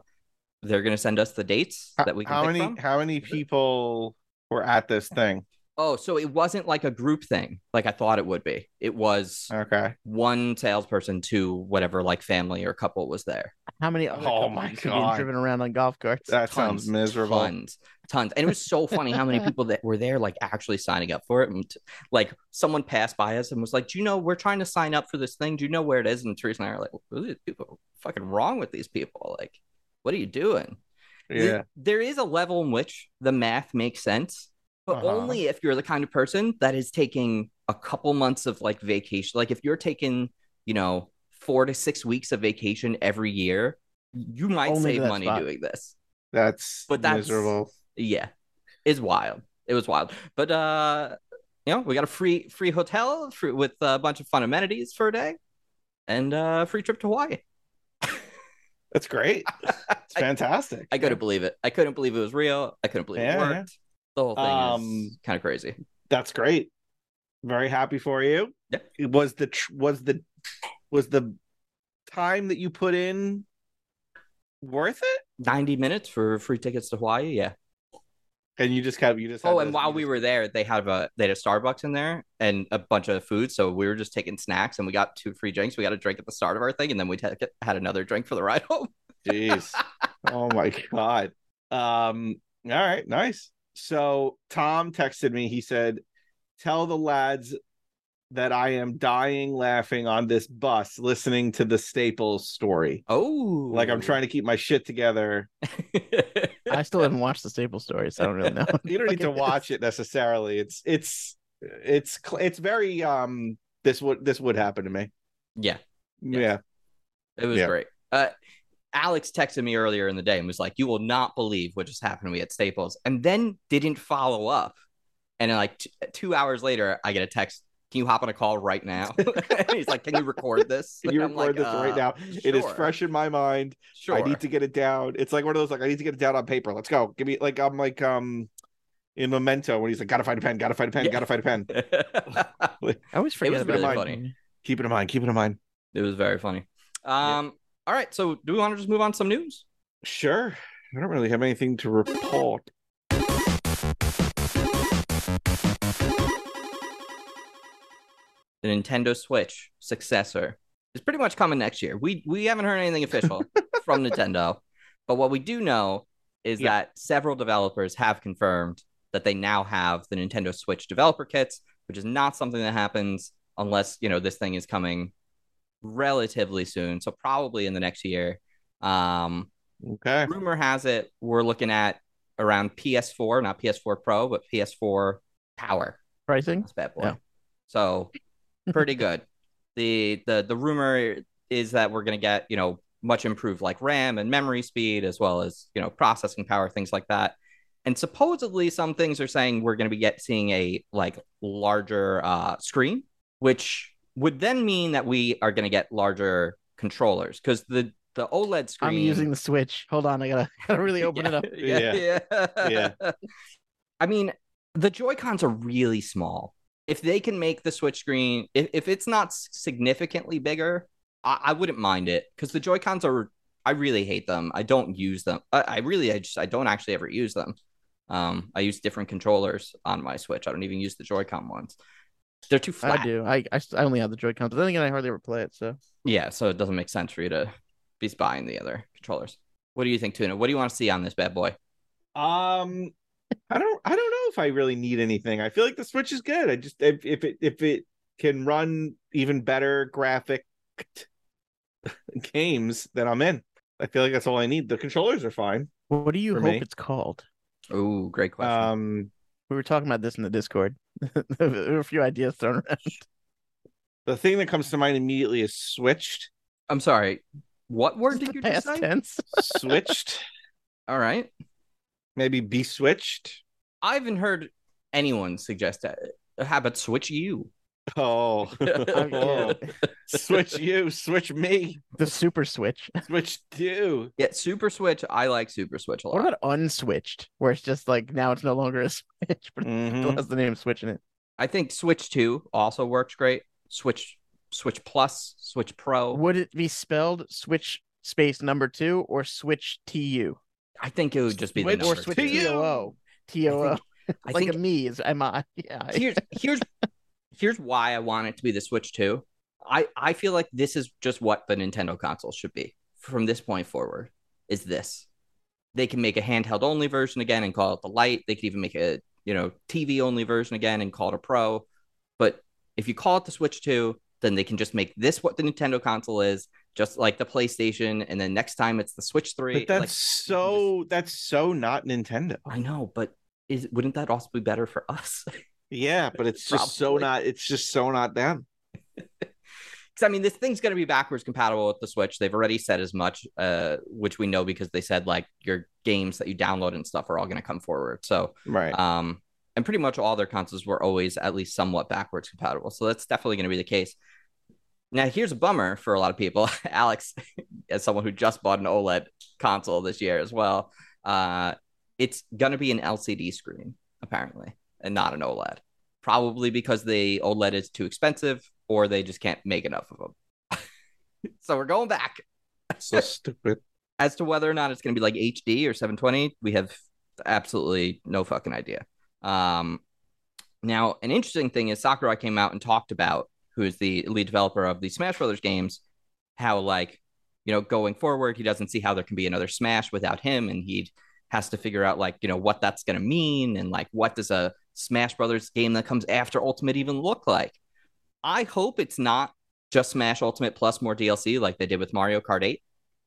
they're gonna send us the dates H- that we can how pick many from. how many people were at this thing? Oh, so it wasn't like a group thing, like I thought it would be. It was Okay. one salesperson to whatever like family or couple was there. How many? Other Oh couples my are being God. Driven around on golf carts. That Tons. sounds miserable. Tons, tons, and it was so funny how many people that were there like actually signing up for it. And t- like someone passed by us and was like, "Do you know we're trying to sign up for this thing? Do you know where it is?" And Teresa and I are like, "What are these people fucking wrong with these people? Like, what are you doing?" Yeah. Th- there is a level in which the math makes sense, but Uh-huh. only if you're the kind of person that is taking a couple months of like vacation. Like if you're taking, you know, four to six weeks of vacation every year, you might Only to save that money spot. doing this. That's But that's- miserable. Yeah. It's wild. It was wild. But uh you know, we got a free free hotel free, with a bunch of fun amenities for a day and uh free trip to Hawaii. That's great. It's I, fantastic. I couldn't believe it. I couldn't believe it was real. I couldn't believe Yeah, it yeah. worked. The whole thing is Um, kind of crazy. That's great. Very happy for you. Yeah. It Was the tr- was the was the time that you put in worth it? 90 minutes for free tickets to Hawaii. Yeah. And you just kept you just had Oh, and this- while you we just- were there, they had a they had a Starbucks in there and a bunch of food. So we were just taking snacks and we got two free drinks. We got a drink at the start of our thing, and then we ta- had another drink for the ride home. Jeez. oh my god. Um. All right. Nice. So Tom texted me. He said, "Tell the lads that I am dying laughing on this bus listening to the Staples story. Oh, Like I'm trying to keep my shit together. I still haven't watched the Staples story, so I don't really know. You don't need to watch it necessarily. It's it's it's cl- it's very um. This would this would happen to me. yeah, Yeah. Yes. it was Yeah. great. Uh, Alex texted me earlier in the day and was like, "You will not believe what just happened to me at Staples," and then didn't follow up. And then, like t- two hours later, I get a text. Can you hop on a call right now? And he's like, "Can you record this?" Can you I'm like, record this right "Uh, now? It is sure. fresh in my mind. Sure. I need to get it down. It's like one of those like I need to get it down on paper. Let's go. Give me like I'm like um in Memento when he's like gotta find a pen, gotta find a pen, Yeah. gotta find a pen. I always forget was about really that. funny. Keep it in mind. Keep it in mind. it was very funny. Um, all right. So, do we want to just move on to some news? Sure. I don't really have anything to report. The Nintendo Switch successor is pretty much coming next year. We we haven't heard anything official from Nintendo, but what we do know is Yeah. that several developers have confirmed that they now have the Nintendo Switch developer kits, which is not something that happens unless, you know, this thing is coming relatively soon. So probably in the next year. Um, Okay. rumor has it we're looking at around PS4, not PS4 Pro, but PS4 Power. Pricing? That's bad boy. Yeah. So pretty good. the the the rumor is that we're gonna get you know much improved like RAM and memory speed as well as you know processing power things like that. And supposedly some things are saying we're gonna be get seeing a like larger uh, screen, which would then mean that we are gonna get larger controllers because the the OLED screen. I'm using the Switch. Hold on, I gotta, gotta really open it up. Yeah. Yeah. I mean, the Joy Cons are really small. If they can make the Switch screen, if, if it's not s- significantly bigger, I, I wouldn't mind it because the Joy Cons are, I really hate them. I don't use them. I, I really, I just, I don't actually ever use them. Um, I use different controllers on my Switch. I don't even use the Joy Con ones. They're too flat. I do. I, I, s- I only have the Joy Cons, but then again, I hardly ever play it. So Yeah, so it doesn't make sense for you to be buying the other controllers. What do you think, Tuna? What do you want to see on this bad boy? Um, I don't. I don't know if I really need anything. I feel like the Switch is good. I just if, if it if it can run even better graphic games, then I'm in. I feel like that's all I need. The controllers are fine. what do you For hope me? it's called? Oh, great question. Um, We were talking about this in the Discord. there were a few ideas thrown around. the thing that comes to mind immediately is switched. I'm sorry. What word Is did the you just past say? tense. Switched. All right. Maybe be switched. I haven't heard anyone suggest that. How about switch you? Oh, I'm- yeah. switch you, switch me, the Super Switch. switch you. Yeah, Super Switch. I like Super Switch a lot. What about unswitched, where it's just like now it's no longer a Switch, but it Mm-hmm. Mm. still has the name Switch in it. I think Switch 2 also works great. Switch Switch Plus, Switch Pro. Would it be spelled Switch space number two or Switch T U I think it would just be Switch the or number Switch two. T O O T O O? I Like think a me is am I? Yeah. I- here's here's here's why I want it to be the Switch 2. I I feel like this is just what the Nintendo console should be from this point forward. Is this? They can make a handheld only version again and call it the Lite. They could even make a you know TV only version again and call it a Pro. But if you call it the Switch 2, then they can just make this what the Nintendo console is, just like the PlayStation. And then next time it's the Switch 3. But Like, that's so that's so not Nintendo. I know, but is wouldn't that also be better for us? Yeah, but it's just so Probably. not. It's just so not them. because I mean, this thing's going to be backwards compatible with the Switch. They've already said as much, uh, which we know because they said like your games that you download and stuff are all going to come forward. So, Right. um, and pretty much all their consoles were always at least somewhat backwards compatible. So that's definitely going to be the case. Now, here's a bummer for a lot of people. Alex, as someone who just bought an OLED console this year as well, uh, it's going to be an LCD screen, apparently, and not an OLED. Probably because the OLED is too expensive or they just can't make enough of them. so we're going back. so stupid. As to whether or not it's going to be like HD or 720, we have absolutely no fucking idea. Um, now, an interesting thing is Sakurai came out and talked about, who is the lead developer of the Smash Brothers games, how like you know going forward he doesn't see how there can be another Smash without him, and he has to figure out like you know what that's going to mean and like what does a Smash Brothers game that comes after Ultimate even look like. I hope it's not just Smash Ultimate plus more DLC like they did with Mario Kart 8.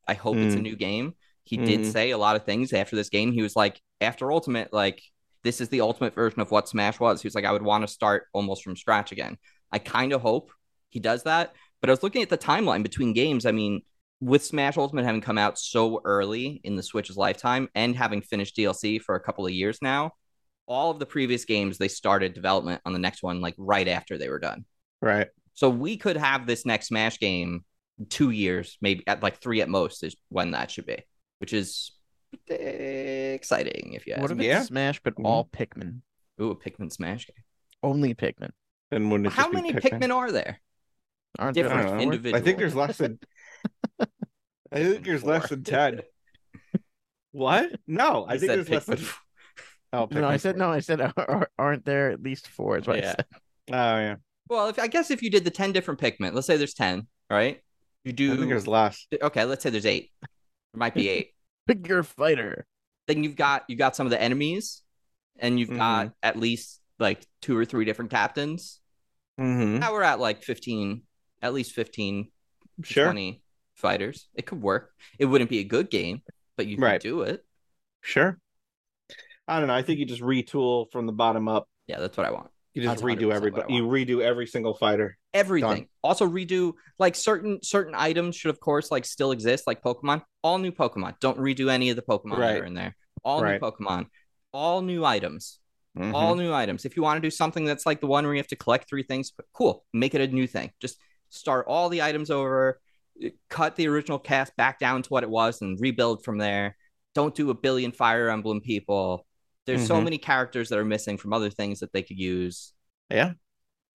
I hope it's a Mm. new game. He Mhm. did say a lot of things after this game. He was like, after Ultimate, like this is the ultimate version of what Smash was. He was like, I would want to start almost from scratch again. I kind of hope he does that. But I was looking at the timeline between games. I mean, with Smash Ultimate having come out so early in the Switch's lifetime and having finished DLC for a couple of years now, all of the previous games, they started development on the next one, like right after they were done. Right. So we could have this next Smash game two years, maybe at like three at most, is when that should be, which is eh, exciting if you ask What if me. it's Yeah. Smash but Mhm. all Pikmin? Ooh, a Pikmin Smash game. Mm-hmm. Only Pikmin. Then wouldn't it just How be many Pikmin? Pikmin? are there? Aren't I there Different don't know. like four? individual. I think there's less than. I think there's less than ten. What? No, I You think said there's less than. Pikmin. Oh, No, I Pikmin said four. no. I said "Ar- ar- aren't there at least four? Is what I Yeah. said. Oh yeah. Well, if I guess if you did the ten different Pikmin, let's say there's ten, right? You I think do there's less. okay. Let's say there's eight. There might be eight. Pick your fighter. then you've got you got some of the enemies. and Mm-hmm. you've got at least like two or three different captains. Mm-hmm. Now we're at like 15, at least 15 to Sure. 20 fighters. It could work. It wouldn't be a good game, but you Right. could do it. Sure. I don't know. I think you just retool from the bottom up. Yeah, that's what I want. You That's just redo 100% what I everybody. You redo every single fighter. Everything. Done. Also redo like certain certain items should of course like still exist like Pokemon. All new Pokemon. Don't redo any of the Pokemon that Right. are in there. All Right. new Pokemon. All new items. Mm-hmm. all Mm-hmm. new items. If you want to do something that's like the one where you have to collect three things, but cool, make it a new thing. Just start all the items over, uh, cut the original cast back down to what it was, and rebuild from there. Don't do a billion Fire Emblem people. There's so Mm-hmm. Mhm. many characters that are missing from other things that they could use. Yeah.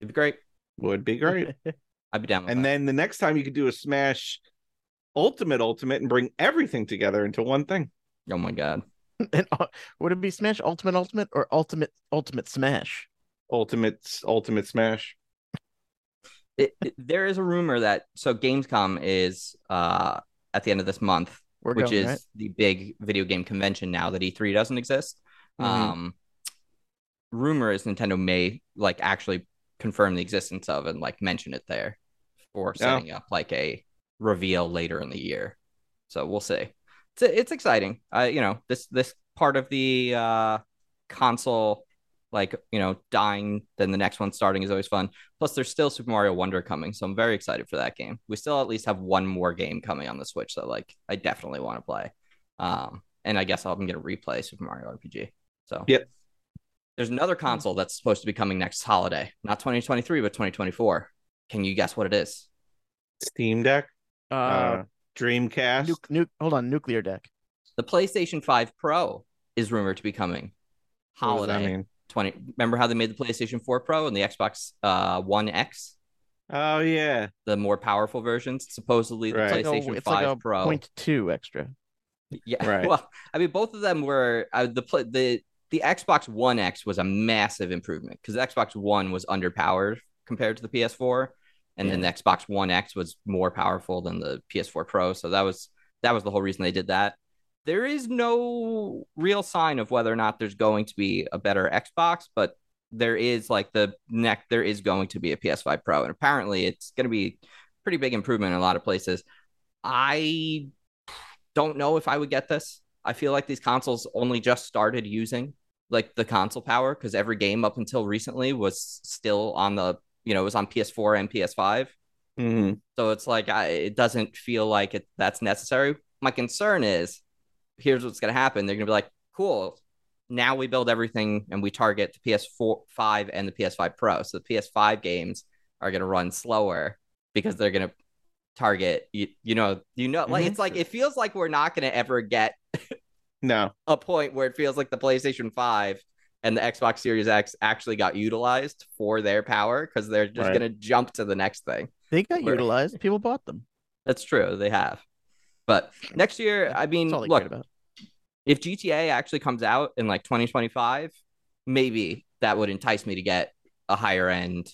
it'd be great. Would be great. I'd be down. With and that. then the next time you could do a smash ultimate ultimate and bring everything together into one thing. oh my god, And, uh, would it be Smash Ultimate Ultimate or Ultimate Ultimate Smash? Ultimate ultimate smash. It- it- there is a rumor that so Gamescom is uh, at the end of this month. We're which going, is right? the big video game convention now that E3 doesn't exist. Mhm. Um, rumor is Nintendo may like actually confirm the existence of and like mention it there for Yeah. setting up like a reveal later in the year. So we'll see. It's it's exciting. Uh, you know this this part of the uh console like you know dying then the next one starting is always fun plus there's still super mario wonder coming so i'm very excited for that game we still at least have one more game coming on the switch that like i definitely want to play um and i guess i'm gonna replay super mario rpg so Yep. Mm-hmm. there's another console that's supposed to be coming next holiday not 2023 but 2024 can you guess what it is Steam Deck, Uh, uh, Dreamcast. nu- nu- hold on, Nuclear Deck. the playstation 5 pro is rumored to be coming What does that holiday mean? 20 remember how they made the playstation 4 pro and the xbox uh one x Oh yeah. the more powerful versions. Supposedly the Right. It's like PlayStation a, it's like Five a Pro. point two extra. Yeah. Right. Well, I mean, both of them were uh, the pla- the the Xbox One X was a massive improvement because the Xbox One was underpowered compared to the PS4, and then the Xbox One X was more powerful than the PS4 Pro. So that was that was the whole reason they did that. There is no real sign of whether or not there's going to be a better Xbox, but there is like the neck. There is going to be a PS5 Pro, and apparently it's going to be pretty big improvement in a lot of places. I don't know if I would get this. I feel like these consoles only just started using like the console power because every game up until recently was still on the you know it was on PS4 and PS5. hmm So it's like I, it doesn't feel like it that's necessary. My concern is here's what's going to happen. They're going to be like, cool. Now we build everything and we target the PS4 5 and the PS5 Pro. So the PS5 games are going to run slower because they're going to target you, you know you know like Mhm. it's like it feels like we're not going to ever get No. a point where it feels like the PlayStation 5 and the Xbox Series X actually got utilized for their power because they're just Right. going to jump to the next thing. They got Where- utilized. People bought them. That's true. They have. But next year, I mean, That's all they look, cared about. if GTA actually comes out in like 2025, maybe that would entice me to get a higher end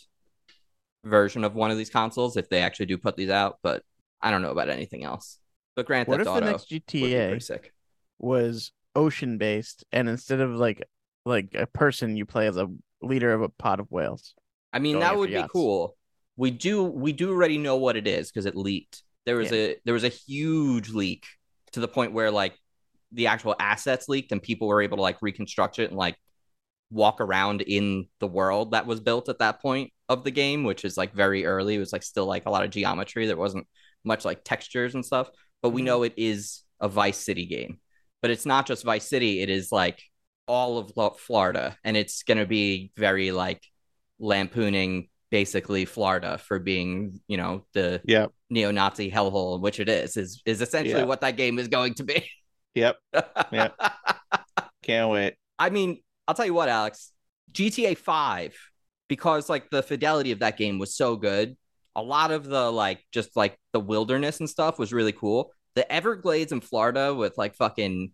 version of one of these consoles if they actually do put these out. But I don't know about anything else. But Grand What if Theft the Auto next would be pretty GTA sick. was ocean based, and instead of like like a person, you play as a leader of a pod of whales? I mean, going that after would be yachts. cool. We do we do already know what it is because it leaked. There was a there was a huge leak to the point where like the actual assets leaked and people were able to like reconstruct it and like walk around in the world that was built at that point of the game, which is like very early. It was like still like a lot of geometry. There wasn't much like textures and stuff, but we Mhm. know it is a Vice City game. But it's not just Vice City, it is like all of Lo- Florida and it's going to be very like lampooning basically Florida for being, you know, the Yep. neo-Nazi hellhole, which it is, is is essentially Yeah. what that game is going to be. Yep. Yep. Can't wait. I mean, I'll tell you what, Alex, GTA 5, because like the fidelity of that game was so good, a lot of the like just like the wilderness and stuff was really cool. The Everglades in Florida with like fucking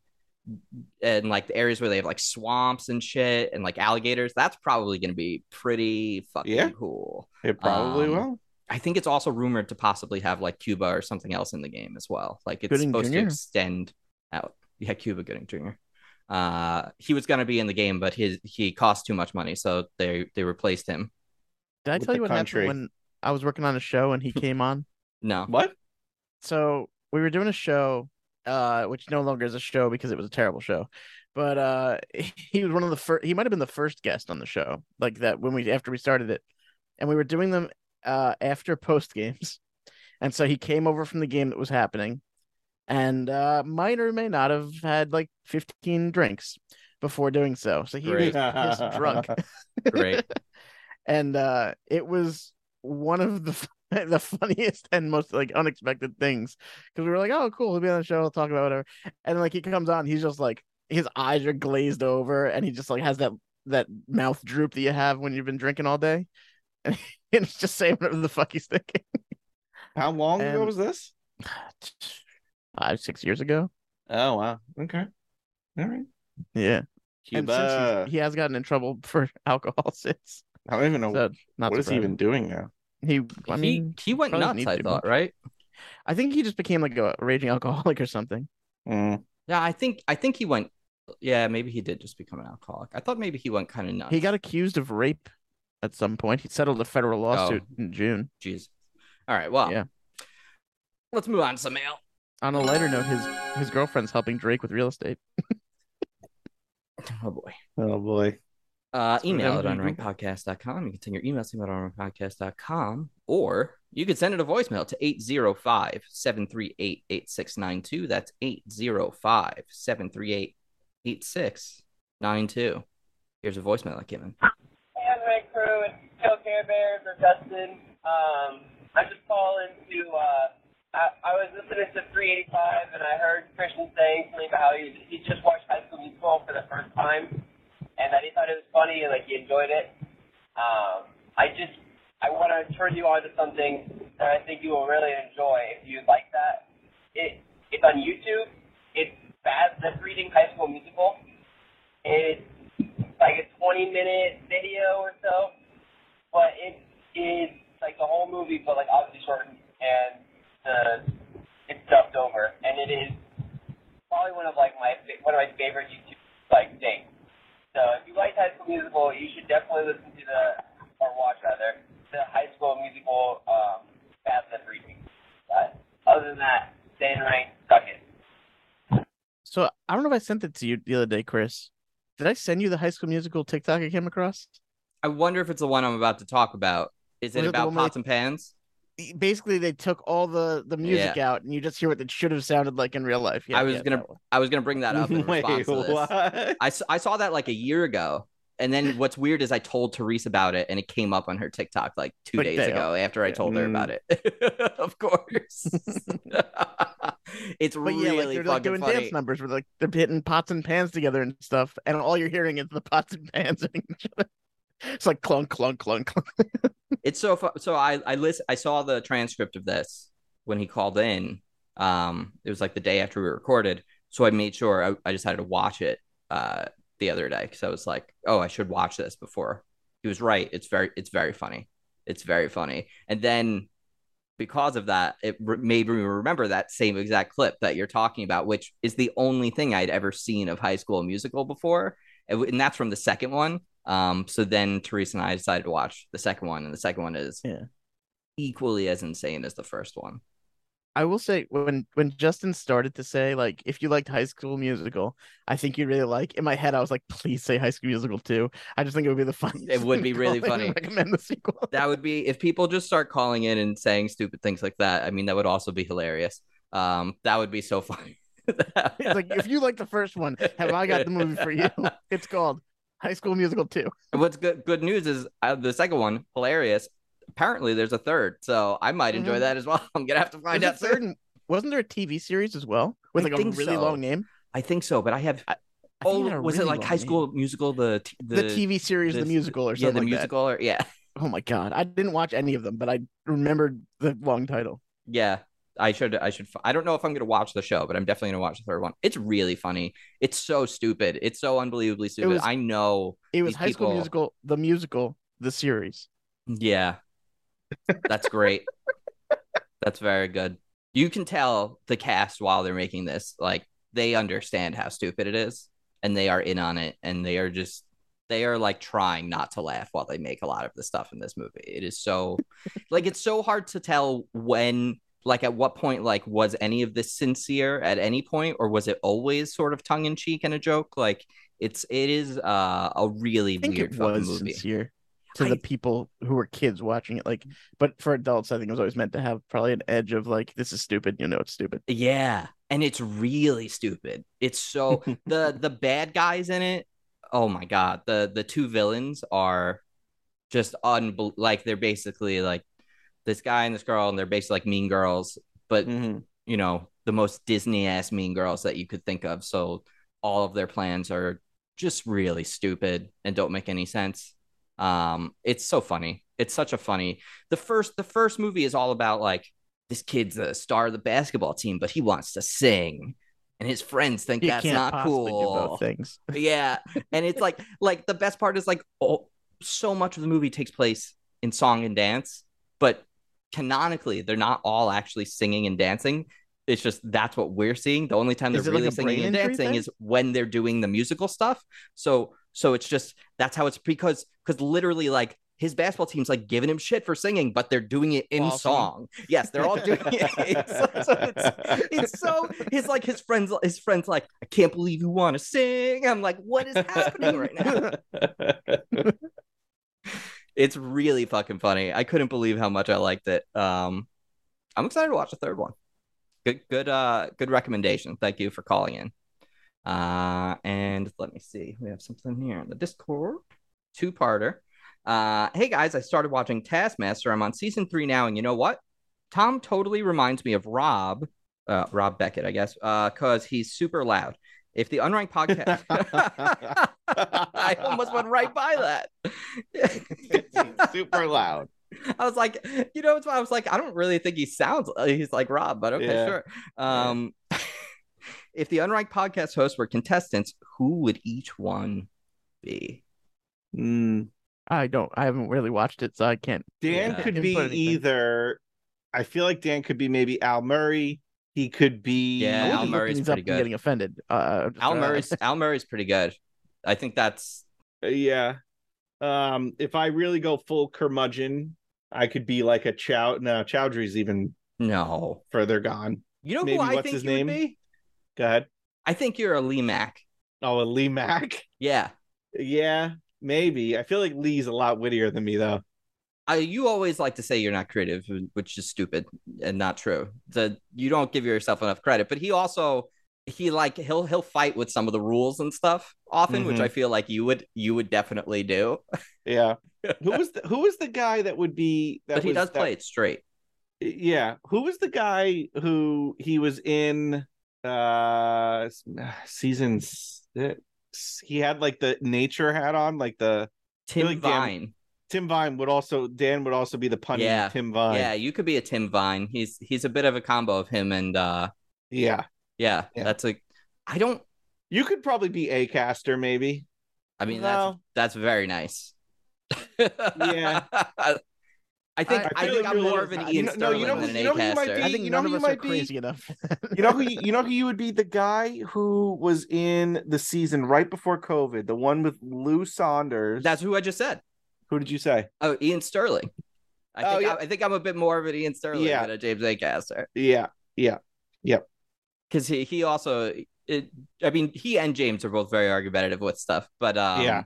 and like the areas where they have like swamps and shit and like alligators, that's probably gonna be pretty fucking Yeah. cool. It probably Um, will. I think it's also rumored to possibly have like Cuba or something else in the game as well. Like it's Gooding supposed Jr.? to extend out. Yeah, Cuba Gooding Jr. Uh, he was going to be in the game, but his he cost too much money, so they they replaced him. Did I With tell the you what country. happened when I was working on a show and he came on? No, What? so we were doing a show uh which no longer is a show because it was a terrible show but uh he was one of the first he might have been the first guest on the show like that when we after we started it and we were doing them uh after post games and so he came over from the game that was happening and uh might or may not have had like 15 drinks before doing so so he was Great. pissed drunk great. and uh it was one of the fu- the funniest and most like unexpected things because we were like oh cool he'll be on the show we'll talk about whatever and like he comes on he's just like his eyes are glazed over and he just like has that that mouth droop that you have when you've been drinking all day and he's just saying whatever the fuck he's thinking How long ago And- was this? five six years ago Oh wow. Okay. All right. yeah and since Cuba. he's- he has gotten in trouble for alcohol since I don't even know so not Oh, what is he even surprising. doing now. he i mean he, he went probably nuts. need I to, thought, but- right? i think he just became like a raging alcoholic or something Mm. Yeah, I think I think he went. Yeah, maybe he did just become an alcoholic. I thought maybe he went kind of nuts. He got accused of rape at some point. He settled a federal lawsuit Oh. in June. Jeez. All right. Well, Yeah. Let's move on to some mail. On a lighter note, his his girlfriend's helping Drake with real estate. Oh boy. Oh boy. Uh, what email at happens when you unrankedpodcast.com. You can send your email to email at unrankedpodcast.com or you can send it a voicemail to 805 738 8692. That's 805 738 8692. Here's a voicemail that came in. Anime crew, it's Joe Care Bears or Dustin. Um, I just calling to. Uh, I, I was listening to 385 and I heard Christian saying something about how he, he just watched High School Musical for the first time and that he thought it was funny and like he enjoyed it. Um, I just I want to turn you on to something that I think you will really enjoy if you like that. It it's on YouTube. It's Baz the Reading High School Musical. It's like a 20 minute video or so, but it is like the whole movie, but like obviously shortened and the it's dubbed over, and it is probably one of like my fa- one of my favorite YouTube like things. So if you like High School Musical, you should definitely listen to the or watch rather the High School Musical um, Fast and Reading. But other than that, stay in rank, suck it. So I don't know if I sent it to you the other day, Chris. Did I send you the High School Musical TikTok I came across? I wonder if it's the one I'm about to talk about. Is Was it it the about one where- pots and pans? E, Basically, they took all the the music out, and you just hear what it should have sounded like in real life. Yeah, I was yeah, gonna- that one. I was going to bring that up in Wait, response to this. what? I, s- I saw that like a year ago. And then what's weird is I told Therese about it and it came up on her TikTok like two Like, days damn. ago after I Yeah. told her Mm. about it. of course. it's But really yeah, like they're fucking like doing funny. dance numbers where like they're hitting pots and pans together and stuff, and all you're hearing is the pots and pans hitting each other. It's like clunk, clunk, clunk, clunk. It's so fu- so I I list I saw the transcript of this when he called in. Um it was like the day after we recorded, so I made sure I, I decided to watch it uh the other day cuz I was like, "Oh, I should watch this before." He was right. It's very it's very funny. It's very funny. And then because of that, it re- made me remember that same exact clip that you're talking about, which is the only thing I'd ever seen of High School Musical before, and w- and that's from the second one. Um, so then Teresa and I decided to watch the second one, and the second one is Yeah. equally as insane as the first one. I will say when when Justin started to say like if you liked High School Musical, I think you'd really like. In my head, I was like, please say High School Musical too. I just think it would be the funniest. It would thing be to really call it and funny. Recommend the sequel. That would be if people just start calling in and saying stupid things like that. I mean, that would also be hilarious. Um, that would be so funny. It's like if you like the first one, have I got the movie for you? It's called High School Musical two. And What's good good news is uh, the second one hilarious. Apparently, there's a third, so I might enjoy Mhm. that as well. I'm gonna have to find There's out a third soon. and- wasn't there a TV series as well with I like a think really so. long name? I think so, but I have. I think oh, had a was it really like long High name. School Musical? The t- The, TV series, the, this- musical, or something yeah, the like musical, or yeah, that. Oh my god, I didn't watch any of them, but I remembered the long title. yeah. I should, I should. I don't know if I'm gonna watch the show, but I'm definitely gonna watch the third one. It's really funny. It's so stupid. It's so unbelievably stupid. was- I know. It was These High School people- Musical, the musical, the series. Yeah, that's great. that's very good. You can tell the cast while they're making this, like they understand how stupid it is. and they are in on it and they are just they are like trying not to laugh while they make a lot of the stuff in this movie. It is so like it's so hard to tell when like at what point like was any of this sincere at any point or was it always sort of tongue in cheek and a joke? Like it's it is uh, a really I think weird it fucking was movie. sincere to I- the people who were kids watching it. Mm. Like, but for adults, I think it was always meant to have probably an edge of like, this is stupid. You know, it's stupid. Yeah, and it's really stupid. It's so the the bad guys in it. Oh my god, the the two villains are just unbel- like they're basically like this guy and this girl, and they're basically like mean girls, but Mhm. you know the most Disney ass mean girls that you could think of. So all of their plans are just really stupid and don't make any sense. Um, it's so funny. It's such a funny. The first the first movie is all about like this kid's the star of the basketball team, but he wants to sing, and his friends think You that's can't not possibly do both cool. things. yeah, and it's like like the best part is like oh, so much of the movie takes place in song and dance, but canonically they're not all actually singing and dancing. It's just that's what we're seeing. The only time Is they're it like really a singing brain and injury dancing thing? is when they're doing the musical stuff. So so it's just that's how it's because because literally like his basketball team's like giving him shit for singing, but they're doing it in Awesome. song. Yes, they're all doing it. It's, so it's, it's so his like his friends his friends like I can't believe you want to sing. I'm like, what is happening right now? It's really fucking funny. I couldn't believe how much I liked it. Um, I'm excited to watch the third one. Good, good, uh, good recommendation. Thank you for calling in. Uh, and let me see. We have something here in the Discord. Two parter. Uh, hey guys, I started watching Taskmaster. I'm on season three now, and you know what? Tom totally reminds me of Rob, uh, Rob Beckett, I guess, because he's super loud. If the unranked podcast, I almost went right by that. Super loud. I was like, you know, it's why I was like, I don't really think he sounds. uh, He's like Rob, but okay, Yeah. sure. Um, if the unranked podcast hosts were contestants, who would each one be? Mm. I don't. I haven't really watched it, so I can't. Dan Yeah. could Input be anything. either. I feel like Dan could be maybe Al Murray. He could be. Yeah, Al I would be looking Murray's these pretty up and good. Getting offended. Uh, I'm just Al trying to- Murray's Al Murray's pretty good. I think that's Yeah. Um, if I really go full curmudgeon, I could be like a Chow. No, Chowdhury's even no. further gone. You know Maybe who I what's think his you would name? be? Go ahead. I think you're a Lee Mack. Oh, a Lee Mack. Yeah. Yeah, maybe. I feel like Lee's a lot wittier than me though. I, you always like to say you're not creative, which is stupid and not true. The you don't give yourself enough credit. But he also he like he'll he'll fight with some of the rules and stuff often, which Mhm. I feel like you would you would definitely do. Yeah. who was the who was the guy that would be that but he was- does that- play it straight. Yeah. Who was the guy who he was in uh s- season six? He had like the nature hat on, like the Tim like Dan- Vine. Tim Vine would also Dan would also be the punny Yeah. Tim Vine. Yeah, you could be a Tim Vine. He's he's a bit of a combo of him and uh Yeah. yeah, Yeah. that's a I don't You could probably be a caster, maybe. I mean No. that's that's very nice. Yeah. I think I- I, I feel think like I'm really more of an not- Ian you know- no, Sterling you know who- than an you know who you might A-caster. be? I think you know none who of you us are might be? crazy enough. You know who you, you know who you would be the guy who was in the season right before COVID, the one with Lou Saunders. That's who I just said. who did you say? Oh, Ian Sterling. I Oh, think yeah. I, I think I'm a bit more of an Ian Sterling Yeah. than a James Acaster Yeah, because he he also it, I mean he and James are both very argumentative with stuff, but um, Yeah.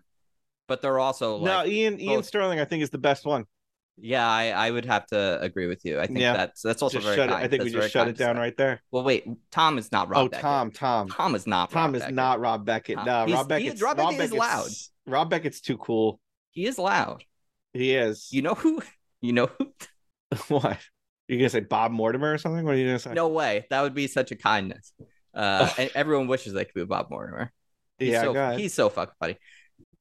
but they're also like no, Ian Ian both- Sterling, I think is the best one. yeah, I, I would have to agree with you. I think Yeah. that's that's also Just very shut it. kind. I think we That's just very shut kind it to down say. right there. Well, wait, Tom is not Rob. oh, Beckett. Tom, Tom, Tom is not. Tom Rob is Beckett. not Rob Beckett. Tom- Nah, he's- Rob he Beckett's is- Rob Beckett is Beckett's- Rob Beckett's too cool. He is loud. He is. You know who? You know who? what? You're gonna say Bob Mortimer or something? What are you gonna say? No way. That would be such a kindness. Uh, and everyone wishes they could be Bob Mortimer. He's yeah, go so, ahead. he's so fucking funny.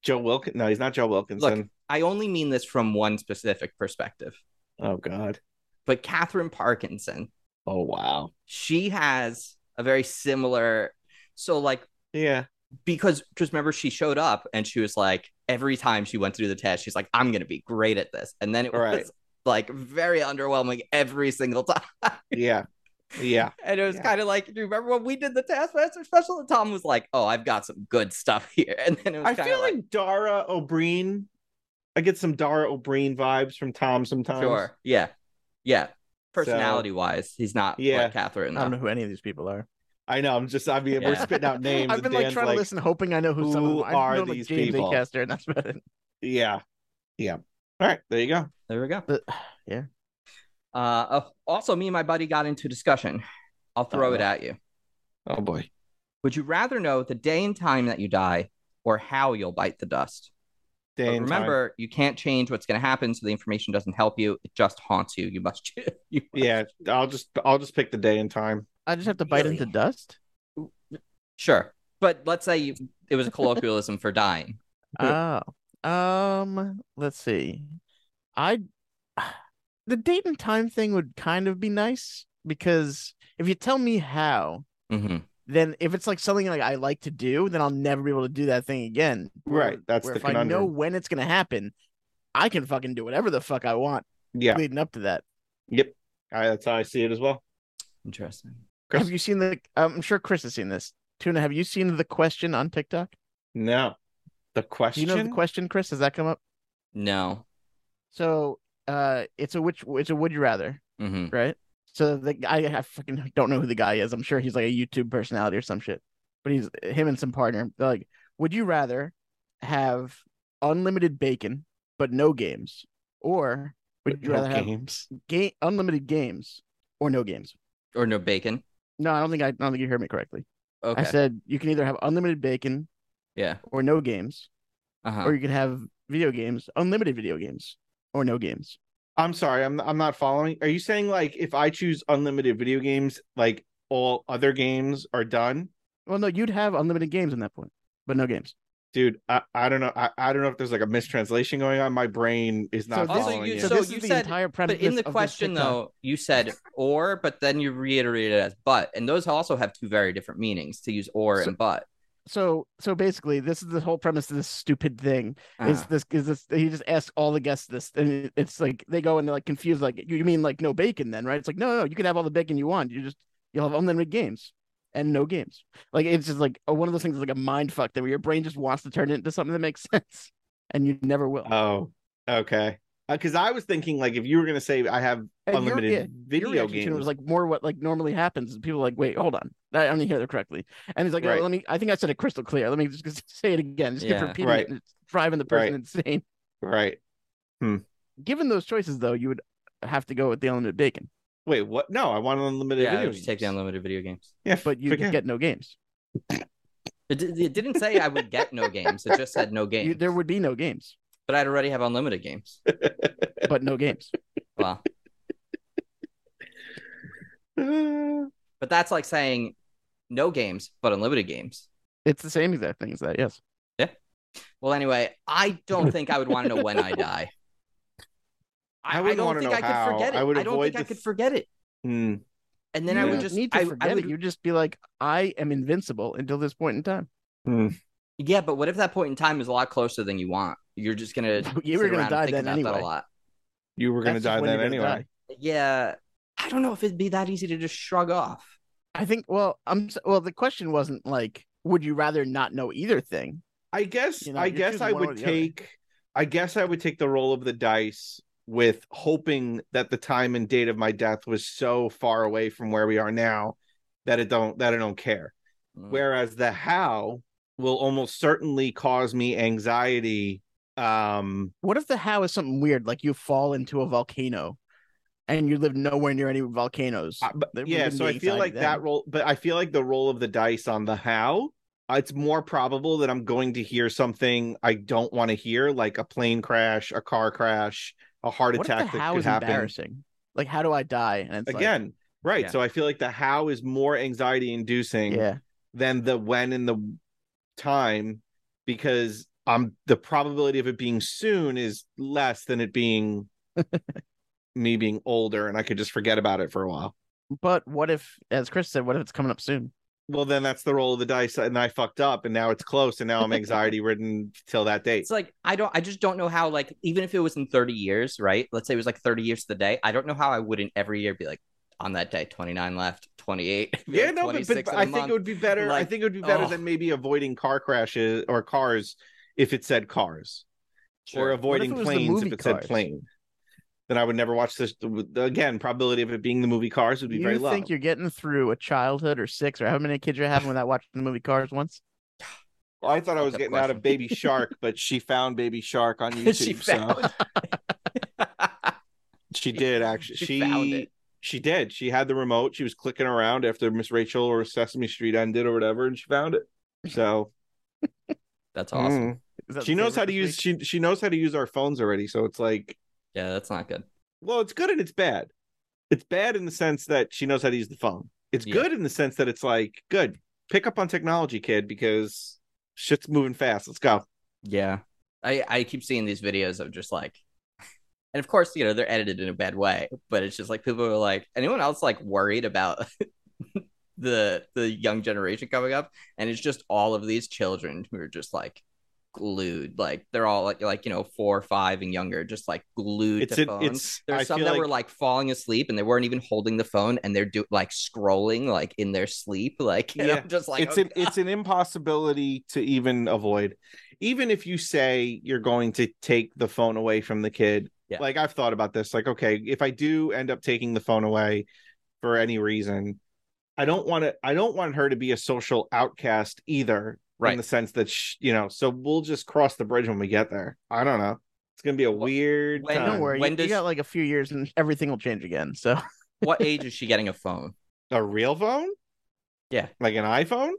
Joe Wilkin. No, he's not Joe Wilkinson. I only mean this from one specific perspective. Oh God. But Catherine Parkinson, Oh wow. she has a very similar. So, like, Yeah. because just remember, she showed up and she was like, every time she went to do the test, she's like, I'm going to be great at this. And then it Right. was like very underwhelming every single time. Yeah. Yeah. And it was Yeah. kind of like, do you remember when we did the Taskmaster special? And Tom was like, oh, I've got some good stuff here. And then it was I kinda feel like, Dara O'Brien. I get some Dara O'Brien vibes from Tom sometimes. sure. Yeah. Yeah. Personality wise, he's not Yeah. Um, like Catherine. I don't know though. who any of these people are. I know. I'm just. I mean, we're Yeah. spitting out names. I've been and like Dan's trying to listen, hoping I know who, some of who them are I know, like, these James people? Acaster, and that's about it. Yeah. Yeah. All right. There you go. There we go. But- Uh, oh, also, me and my buddy got into discussion. I'll throw Oh. Uh-huh. it at you. Oh boy. Would you rather know the day and time that you die or how you'll bite the dust? But Dan, remember, you can't change what's going to happen, so the information doesn't help you. It just haunts you. You must. You must- Yeah. I'll just. I'll just pick the day and time. I just have to bite Really? into dust. Sure. But let's say you, it was a colloquialism for dying. Oh, um, let's see. I the date and time thing would kind of be nice because if you tell me how, hmm then if it's like something like I like to do, then I'll never be able to do that thing again. Right. That's Where the if I know conundrum. when it's gonna happen, I can fucking do whatever the fuck I want Yeah. leading up to that. I, that's how I see it as well. Interesting. Chris? Have you seen the? I'm sure Chris has seen this. Tuna, have you seen the question on TikTok? No. The Do question. you know the question, Chris? Has that come up? No. So, uh, it's a which it's a would you rather, hmm right? So the guy I fucking don't know who the guy is. I'm sure he's like a YouTube personality or some shit. But he's him and some partner. They're like, would you rather have unlimited bacon but no games, or would you No rather have games. ga- unlimited games or no games? Or no bacon. No, I don't think I, I don't think you heard me correctly. Okay. I said you can either have unlimited bacon yeah. or no games, Uh-huh. or you can have video games, unlimited video games, or no games. I'm sorry, I'm I'm not following. Are you saying like if I choose unlimited video games, like all other games are done? Well, no, you'd have unlimited games in that point, but no games. Dude, I, I don't know. I, I don't know if there's like a mistranslation going on. My brain is not this- Also, following you- you. so this is the said- entire premise. But in the of this question, TikTok. though, you said or, but then you reiterated as but. And those also have two very different meanings to use or So- and but. so so basically, this is the whole premise of this stupid thing. Is Ah. Uh, this is this? He just asks all the guests this, and it- it's like they go and they're like confused, like you you mean like no bacon then, right? It's like no, no, no, you can have all the bacon you want. You just you'll have unlimited games and no games. Like it's just like oh, one of those things is like a mind fuck that where your brain just wants to turn it into something that makes sense, and you never will. Oh, okay. Because Uh, I was thinking like if you were gonna say I have And you're- unlimited yeah, your video reaction to games, it was like more what like normally happens. People are like, wait, hold on, I didn't hear that correctly. And he's like, oh, Right. let me. I think I said it crystal clear. Let me just say it again. Just keep Yeah. repeating Right. it. and It's driving the person Right. insane. right? Given those choices, though, you would have to go with the unlimited bacon, Wait, what? No, I want unlimited yeah, I video would just take the games. unlimited video games. Yeah, but you forget- get no games. It, di- it didn't say I would get no games. It just said no games. You, there would be no games, But I'd already have unlimited games. but no games. Wow. Uh, But that's like saying no games, but unlimited games. It's the same exact thing as that. Yes. Well, anyway, I don't think I would want to know when I die. I wouldn't don't wanna think know I could how. forget it. I would don't avoid think I the could f- forget it. hmm. And then I You would don't just need I, to I forget would it. You just be like, I am invincible until this point in time. Yeah, but what if that point in time is a lot closer than you want? You're just gonna You were sit gonna around and die think then about that anyway. a lot. You were gonna That's just die when then you're gonna anyway. die. Yeah, I don't know if it'd be that easy to just shrug off. I think. Well, I'm. s- Well, the question wasn't like, would you rather not know either thing? I guess You know, I you're guess choosing I one or would the other. take I guess I would take the roll of the dice with hoping that the time and date of my death was so far away from where we are now that it don't that I don't care. Hmm. Mm. Whereas the how will almost certainly cause me anxiety. Um What if the how is something weird, like you fall into a volcano, and you live nowhere near any volcanoes? I- but- There yeah, wouldn't so be I feel anxiety like then. that roll but I feel like the roll of the dice on the how uh, it's more probable that I'm going to hear something I don't want to hear, like a plane crash, a car crash, a heart What if attack the that how could is happen. embarrassing? Like, how do I die? And it's again right Yeah. so i feel like the how is more anxiety like, inducing yeah, than the when and the time because um the probability of it being soon is less than it being me being older and i could just forget about it for a while but what if, as Chris said, what if it's coming up soon? well then that's the roll of the dice and i fucked up and now it's close and now i'm anxiety ridden till that date It's like I don't I just don't know how like even if it was in 30 years, right? Let's say it was like 30 years to the day, I don't know how I wouldn't every year be like, on that day 29 left 28 Yeah, no, but, 26 but, but of the I think month. it would be better. I Like, think it would be better oh. than maybe avoiding car crashes or cars if it said cars Sure. or avoiding it was the planes if movie it said Cars? plane. Then I would never watch this. Again, probability of it being the movie Cars would be you very low. think you're getting through a childhood or six or how many kids you're having without watching the movie Cars once? Well, I thought I was Good getting out of Baby Shark, but she found Baby Shark on YouTube. She so found- she did actually. She She found it. She did. She had the remote. She was clicking around after Miss Rachel or Sesame Street ended or whatever, and she found it. So that's awesome mm. Is that she the knows favorite how to use this week? she she knows how to use our phones already so it's like yeah that's not good well it's good and it's bad it's bad in the sense that she knows how to use the phone it's Yeah. good in the sense that it's like good pick up on technology kid because shit's moving fast let's go Yeah. I, I keep seeing these videos of just like, and of course, you know, they're edited in a bad way, but it's just like people are like, anyone else like worried about the the young generation coming up? And it's just all of these children who are just like glued. Like they're all like, like you know, four, five and younger, just like glued it's to it, phones. it's there I were some feel that like, were like falling asleep and they weren't even holding the phone and they're do like scrolling like in their sleep. Like and Yeah. I'm just like it's oh, an it's an impossibility to even avoid even if you say you're going to take the phone away from the kid Yeah. like i've thought about this like okay if i do end up taking the phone away for any reason i don't want to i don't want her to be a social outcast either in Right. the sense that sh you know so we'll just cross the bridge when we get there i don't know it's gonna be a Well, weird when- time. Don't worry, When you, you does- got like a few years and everything will change again. So what age is she getting a phone? a real phone Yeah. like an iphone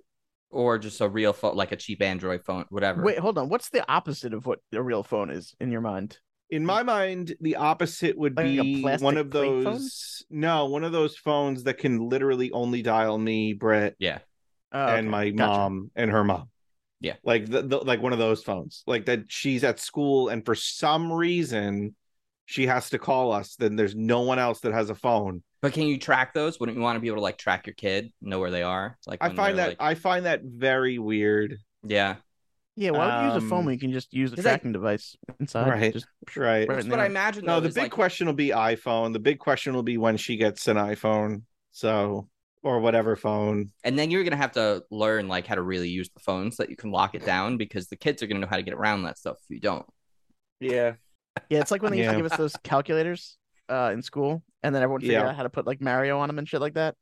Or just a real phone, like a cheap Android phone, whatever. wait, hold on. What's the opposite of what a real phone is in your mind? in my mind the opposite would Hmm. Like a be plastic one of plate phone? those no one of those phones that can literally only dial me Brett Yeah. Oh, okay. and my Gotcha. mom and her mom Yeah. like the, the, like one of those phones like that she's at school and for some reason she has to call us then there's no one else that has a phone But can you track those? Wouldn't you want to be able to like track your kid, know where they are? Like i when find they're, that like- i find that very weird yeah. Yeah, why would you use a phone Um, when you can just use the 'cause I- tracking device inside? Right. Just right Right. That's what I imagine. no though, the is, big like, question will be iphone the big question will be when she gets an iphone so or whatever phone and then you're gonna have to learn like how to really use the phone so that you can lock it down because the kids are gonna know how to get around that stuff if you don't. yeah yeah, it's like when they used Yeah. to give us those calculators uh, in school, and then everyone figured Yeah. out how to put like Mario on them and shit like that.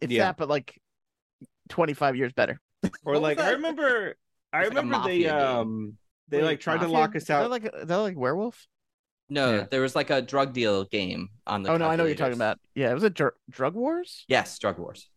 It's Yeah. that, but like twenty five years better. or What was like I that? remember, I It's like a remember they mafia game. um they Wait, like tried to Mafia? lock us Is that out. like is that like werewolf? No, Yeah. there was like a drug deal game on the. oh no, I know what you're talking calculators. about. Yeah, it was a dr- drug wars. Yes, drug wars.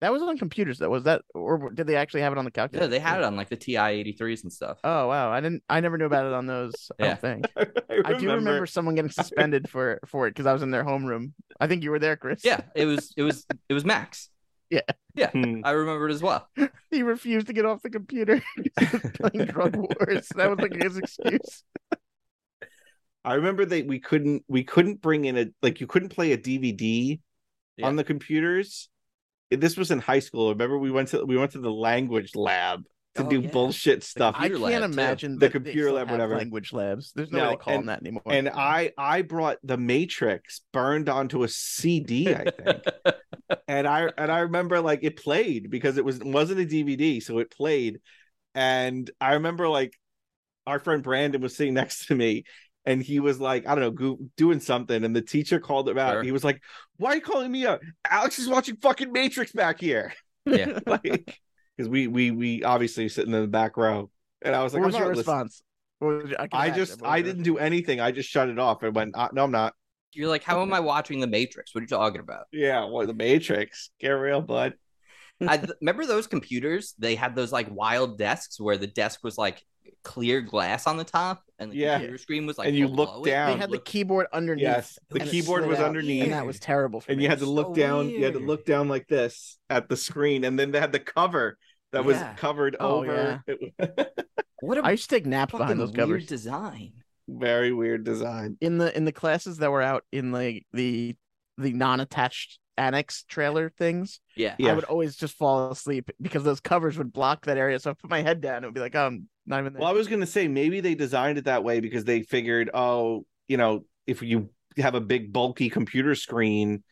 That was on computers though. Was that or did they actually have it on the calculator? Yeah, they had it on like the TI 83s and stuff. Oh wow, I didn't. I never knew about it on those. I Yeah. don't think. I do remember someone getting suspended for for it because I was in their homeroom. I think you were there, Chris. yeah, it was it was it was Max. Hmm. I remember it as well. he refused to get off the computer 'cause he was playing drug wars. That was like his excuse. I remember that we couldn't we couldn't bring in a like you couldn't play a DVD Yeah. on the computers. This was in high school. Remember we went to we went to the language lab to Oh, do yeah. bullshit stuff. I Computer can't lab, too. imagine The that they computer still lab, have whatever. language labs. There's no, way No, they call and- them that anymore. and I I brought the Matrix burned onto a CD, I think. and I and I remember like it played because it was wasn't a DVD, so it played. And I remember like our friend Brandon was sitting next to me, and he was like, I don't know, go- doing something, and the teacher called him out. Sure. He was like, "Why are you calling me out? Alex is watching fucking Matrix back here." Yeah. like because we we we obviously sitting in the back row, and I was like, what was I'm your not listening. response? What was your- I, can I imagine. just What was I your- didn't do anything. I just shut it off and went, uh, "No, I'm not." You're like, how am I watching the Matrix? What are you talking about? Yeah, well, the Matrix, get real, bud. I th- remember those computers. They had those like wild desks where the desk was like clear glass on the top, and the Yeah. computer screen was like. And you below looked it. down. They had the keyboard underneath. Yes, the and it keyboard slid was out, underneath. and that was terrible. For and me. you had to so look down you had to weird. look down like this at the screen and then they had the cover that was Yeah. covered Oh, over What a I used to take naps fucking behind those weird covers. design. very weird design in the in the classes that were out in like the the non-attached annex trailer things Yeah. Yeah. i would always just fall asleep because those covers would block that area so i put my head down and it would be like oh, i'm not even there well i was going to say maybe they designed it that way because they figured oh you know if you have a big bulky computer screen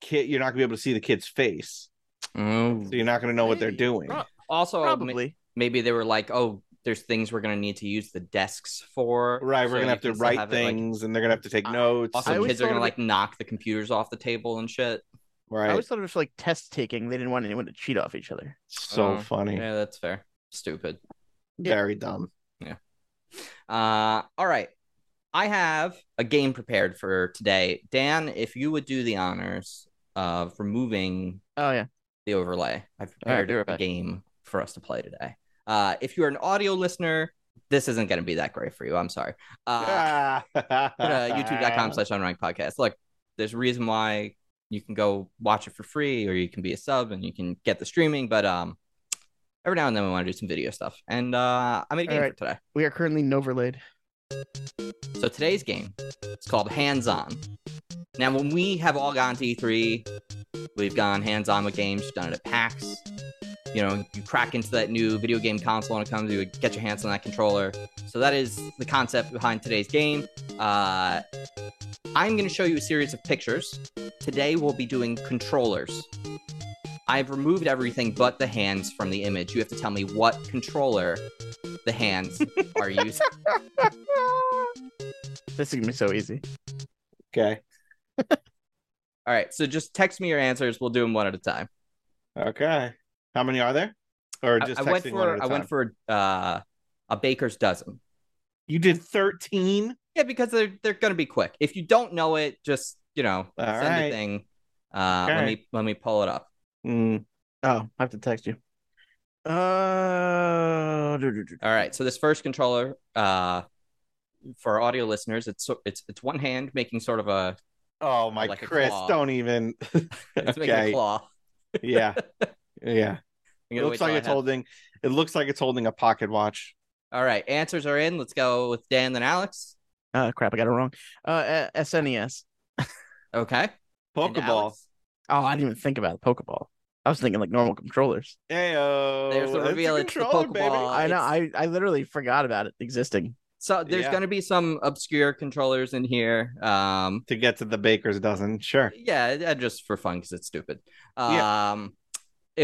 kid you're not gonna be able to see the kid's face. Oh. Mm. So you're not gonna know what they're Hey, doing. pro- Oh, Also, ma- probably. maybe they were like, oh, there's things we're going to need to use the desks for. Right, so we're you gonna have to can still write have it, like- things and they're gonna have to take I- notes. I also, and- always kids are thought going to of like knock the computers off the table and shit. right. I always thought it was like test taking. They didn't want anyone to cheat off each other. so Oh, funny. Yeah, that's fair. Stupid. yeah. Very dumb. Uh, all right. I have a game prepared for today. Dan, if you would do the honors of removing Oh yeah. the overlay, I've All right, prepared do it a back. game for us to play today. Uh, if you're an audio listener, this isn't going to be that great for you. I'm sorry. Uh, go to youtube.com slash unranked podcast. Look, there's a reason why you can go watch it for free or you can be a sub and you can get the streaming, but um, every now and then we want to do some video stuff. And uh, I made a All game right. for today. We are currently overlaid. So today's game is called Hands On. Now, when we have all gone to E3, we've gone hands on with games, done it at PAX. You know, you crack into that new video game console and it comes, you get your hands on that controller. So that is the concept behind today's game. Uh, I'm going to show you a series of pictures. Today we'll be doing controllers. I've removed everything but the hands from the image. You have to tell me what controller the hands are using. This is gonna be so easy. Okay. All right, so just text me your answers. We'll do them one at a time. Okay. How many are there? Or I- just I, texting went one at for a I time? went for uh, a baker's dozen. You did 13? Yeah, because they're they're gonna be quick. If you don't know it, just you know All send a right. thing. Uh, Let Okay. me let me pull it up. Mm. Oh, I have to text you. Uh, do, do, do. All right, so this first controller uh, for our audio listeners, it's so- it's it's one hand making sort of a Oh my Like a Chris, claw. don't even it's making a Okay. claw. Yeah. Yeah. I'm It gonna wait looks till like I it's have- holding it looks like it's holding a pocket watch. All right, answers are in. Let's go with Dan then Alex. Oh crap, I got it wrong. Uh, a- SNES. Okay, And Pokeball. Alex? Oh, I didn't even think about the Pokeball. I was thinking like normal controllers. Heyo. There's the That's a reveal, it's the controller, baby. Pokeball. Uh, I know. I, it's- I literally forgot about it existing. So there's Yeah. gonna be some obscure controllers in here. Um, To get to the baker's dozen. Sure. yeah uh, just for fun because it's stupid um Yeah.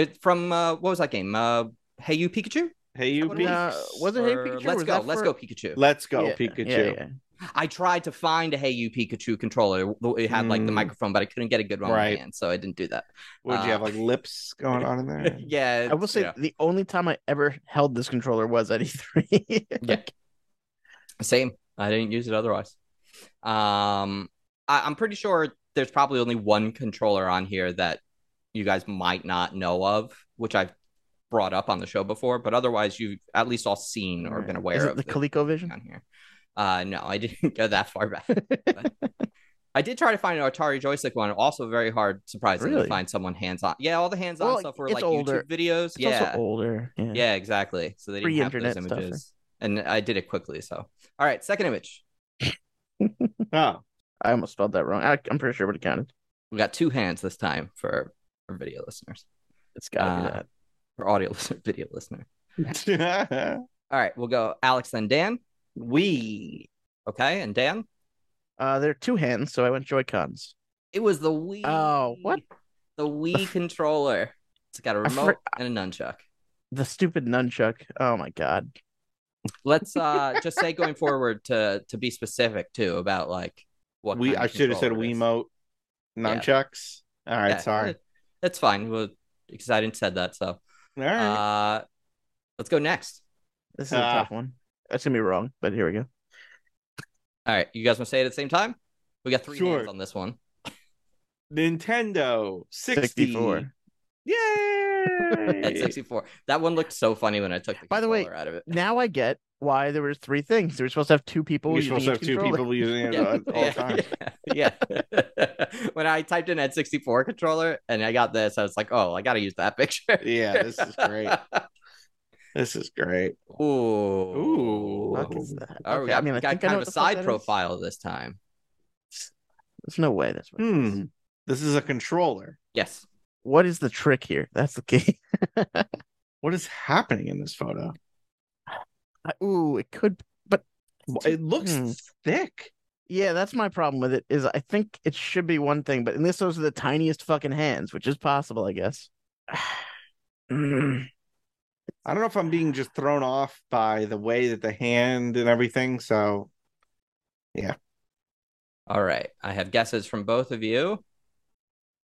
it from uh what was that game uh hey you pikachu Hey you What Pete. Uh, was it Hey Or Pikachu, or let's was go that let's for- go pikachu Let's go, Yeah, Pikachu. yeah, yeah. i tried to find a hey you pikachu controller it had like the Mm. microphone but i couldn't get a good one in my Right. hand, so i didn't do that Would Uh, you have like lips going on in there? yeah I will say yeah. the only time I ever held this controller was at E E3. Yeah. same i didn't use it otherwise um I- i'm pretty sure there's probably only one controller on here that you guys might not know of which i've brought up on the show before but otherwise you've at least all seen or been aware Is it of the the- ColecoVision? on here. Uh, no, I didn't go that far back. But I did try to find an Atari joystick one. Also, very hard, surprisingly, Really? to find someone hands on. Yeah, all the hands on Well, stuff were it's like older. YouTube videos. It's yeah, also older. Yeah. yeah, exactly. So they didn't have those Pre-internet stuff, images, and I did it quickly. So, all right, second image. oh. I almost spelled that wrong. I, I'm pretty sure it would have counted. We got two hands this time for for video listeners, It's got to Uh, for audio listener, video listener. we All right, we'll go Alex then Dan. Okay, and Dan. that. Uh, there are two hands, so I went Joy Cons. It was the Wii. Oh, what? The Wii controller. It's got a I for- remote and a nunchuck. The stupid nunchuck. Oh my god. let's uh just say going forward to to be specific too about like what kind of I should have said controller it is. Wiimote Yeah. nunchucks. All right, Yeah, sorry. that- that's fine well because i didn't said that so All right. uh let's go next This is a Ah. tough one. That's gonna be wrong, but here we go. all right you guys want to say it at the same time we got three Sure. hands on this one Nintendo 60. 64. at Yay! 64 that one looked so funny when i took the By the way- controller out of it Now I get why there were three things. They were supposed to have two people. You're using supposed to each have two people controller. using it yeah, all all the time. yeah, yeah. when I typed in at 64 controller and I got this, I was like, oh, I got to use that picture. Yeah, this is great. This is great. Ooh. Ooh. Fuck is that? Oh, we Okay, got, I mean, I got think I kind of know what a the fuck side that is. profile this time. There's no way. That's what. it is. Hmm. This is a controller. Yes. What is the trick here? That's the key. What is happening in this photo? Ooh, it could. It looks Hmm. thick. Yeah, that's my problem with it. Is I think it should be one thing, but unless those are the tiniest fucking hands, which is possible, I guess. Mm. I don't know if I'm being just thrown off by the way that the hand and everything. So All right. I have guesses from both of you.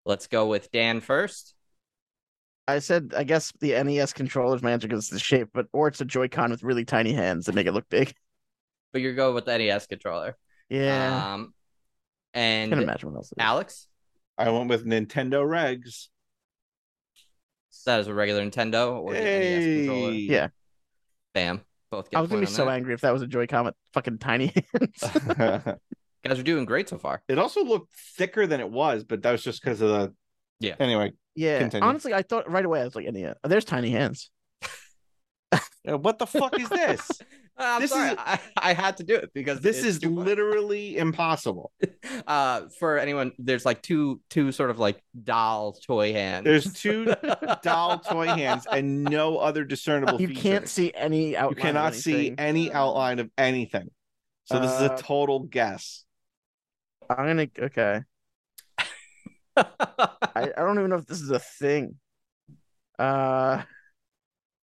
Let's go with Dan first. I said, I guess the NES controller's my answer because it's the shape, but or it's a Joy-Con with really tiny hands that make it look big. But you're going with the NES controller. Uh, Yeah, Um, I can and imagine what else. it is. Alex, I went with Nintendo regs. that is a regular Nintendo or the NES controller. Hey. Yeah. Bam. Both get I a was gonna be point on so that. angry if that was a Joy-Con with fucking tiny hands. Guys are doing great so far. it also looked thicker than it was, but that was just because of the. Yeah. Anyway, yeah, Continue. honestly, I thought right away I was like, NES. Oh, there's tiny hands. uh, what the fuck is this? Uh, I'm This is- sorry. I I had to do it because this it's is too much. literally impossible. uh for anyone there's like two two sort of like doll toy hands. There's two doll toy hands and no other discernible. You can't features. see any You outline. of cannot see anything. any outline of anything. So this is Uh, a total guess. I'm gonna okay. I, I don't even know if this is a thing. Uh,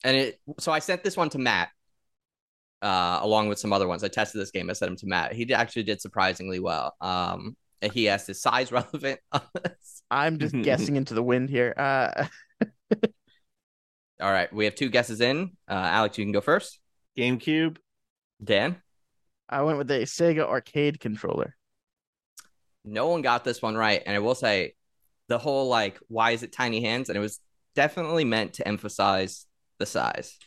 and it so I sent this one to Matt uh along with some other ones. I tested this game, I sent him to Matt. He did- actually did surprisingly well. Um and he asked is size relevant on this. I'm just guessing into the wind here. Uh, All right, we have two guesses in. Uh Alex, you can go first. GameCube. Dan, I went with a Sega arcade controller. no one got this one right. And I will say the whole like why is it tiny hands? And it was definitely meant to emphasize the size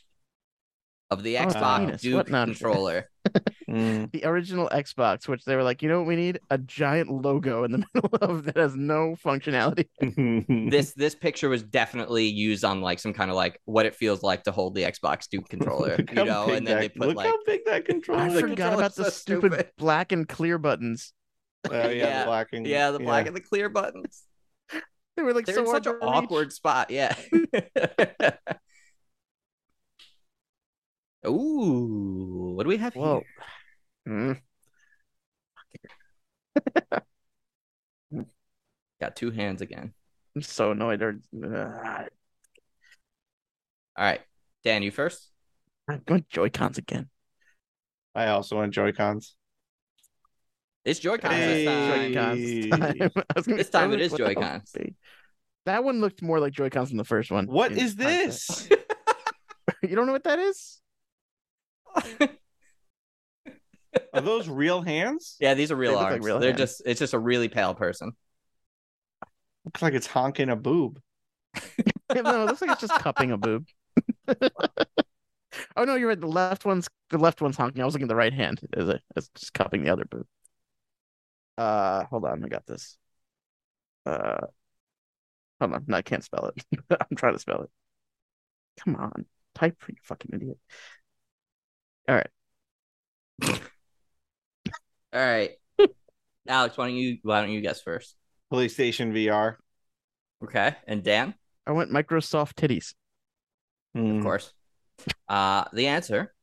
of the Oh, it's Xbox penis. Duke What nonsense. controller. Mm. The original Xbox, which they were like, you know what we need? A giant logo in the middle of that has no functionality. Mm-hmm. this this picture was definitely used on like some kind of like what it feels like to hold the Xbox Duke controller, Look you how know, big and then that- they put look like how big that controller. I the forgot controller's about the so stupid, stupid. black and clear buttons. Oh, yeah, Yeah. the black and yeah, the black and the clear buttons. They were like They're so in hard such an to reach. awkward spot. Yeah. Ooh, what do we have Whoa. here? Mm. Got two hands again. I'm so annoyed. Or uh, All right, Dan, you first. I'm going Joy Cons again. I also want Joy Cons. It's Joy-Cons this Hey. time. Joy-Cons this time. Hey. I was gonna This say, time it what is the fuck? Joy-Cons. That one looked more like Joy Cons than the first one. What in is concept. this? You don't know what that is? Are those real hands? yeah, these are real They look like arms. real They're hands. just it's just a really pale person. Looks like it's honking a boob. no, it looks like it's just cupping a boob. oh no, you're right. The left one's the left one's honking. I was looking at the right hand. Is it? It's just cupping the other boob. Uh, hold on. I got this. Uh, hold on. No, I can't spell it. I'm trying to spell it. Come on, type for you fucking idiot. All right. Alex, why don't you why don't you guess first? PlayStation VR. Okay. And Dan, I went Microsoft titties. of Hmm. Mm. course. Uh the answer.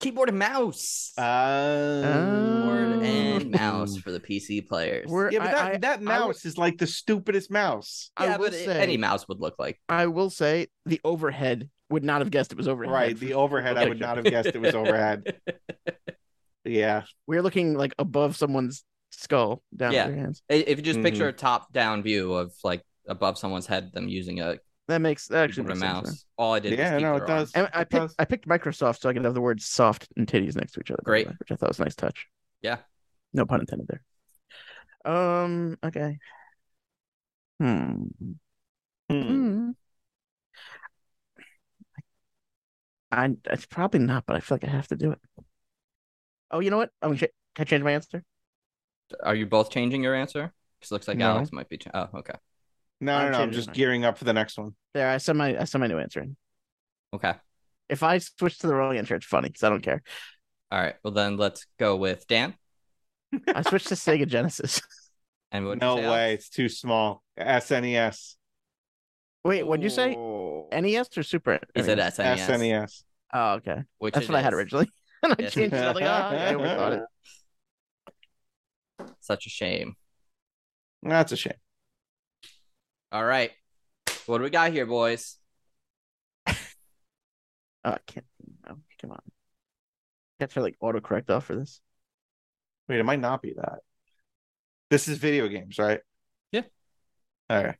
Keyboard and mouse. Uh, Keyboard Oh. and mouse for the PC players. We're- Yeah, but that, I- I- that I would- mouse is like the stupidest mouse. yeah, I will but it- say, any mouse would look like. I will say, the overhead would not have guessed it was overhead. Right. The overhead, I would picture. not have guessed it was overhead. Yeah. We're looking like above someone's skull down Yeah. with their hands. I- If you just picture Mm-hmm. a top-down view of like above someone's head, them using a That makes that actually keyboard and makes sense, mouse. All I did. Yeah, was keep no, their it does. yeah. And I It picked does. I picked Microsoft so I could have the words soft and titties next to each other. by the Great. way, which I thought was a nice touch. Yeah. No pun intended there. Um. Okay. Hmm. Hmm. Hmm. I, I it's probably not, but I feel like I have to do it. Oh, you know what? I'm gonna ch- can I change my answer? arms. Are you both changing your answer? Because looks like No. Alex might be. Ch- oh, okay. No, no, I'm no. I'm changing just mine. gearing up for the next one. There, I sent my I sent my new answer in. Okay. If I switch to the wrong answer, it's funny because I don't care. All right. Well, then let's go with Dan. I switched to Sega Genesis. And what No way. It's too small. E SNES. Wait, what'd you say? Any? NES or Super? He said NES? SNES. SNES. Oh, okay. Which That's it what I had is. originally. and I E Yes, it changed it. I was like, oh, okay, I overthought it. Such a shame. That's a shame. All right. What do we got here, boys? Oh, I can't. Oh, come on. Can't try like autocorrect off for this. Wait, it might not be that. This is video games, right? Yeah. Okay.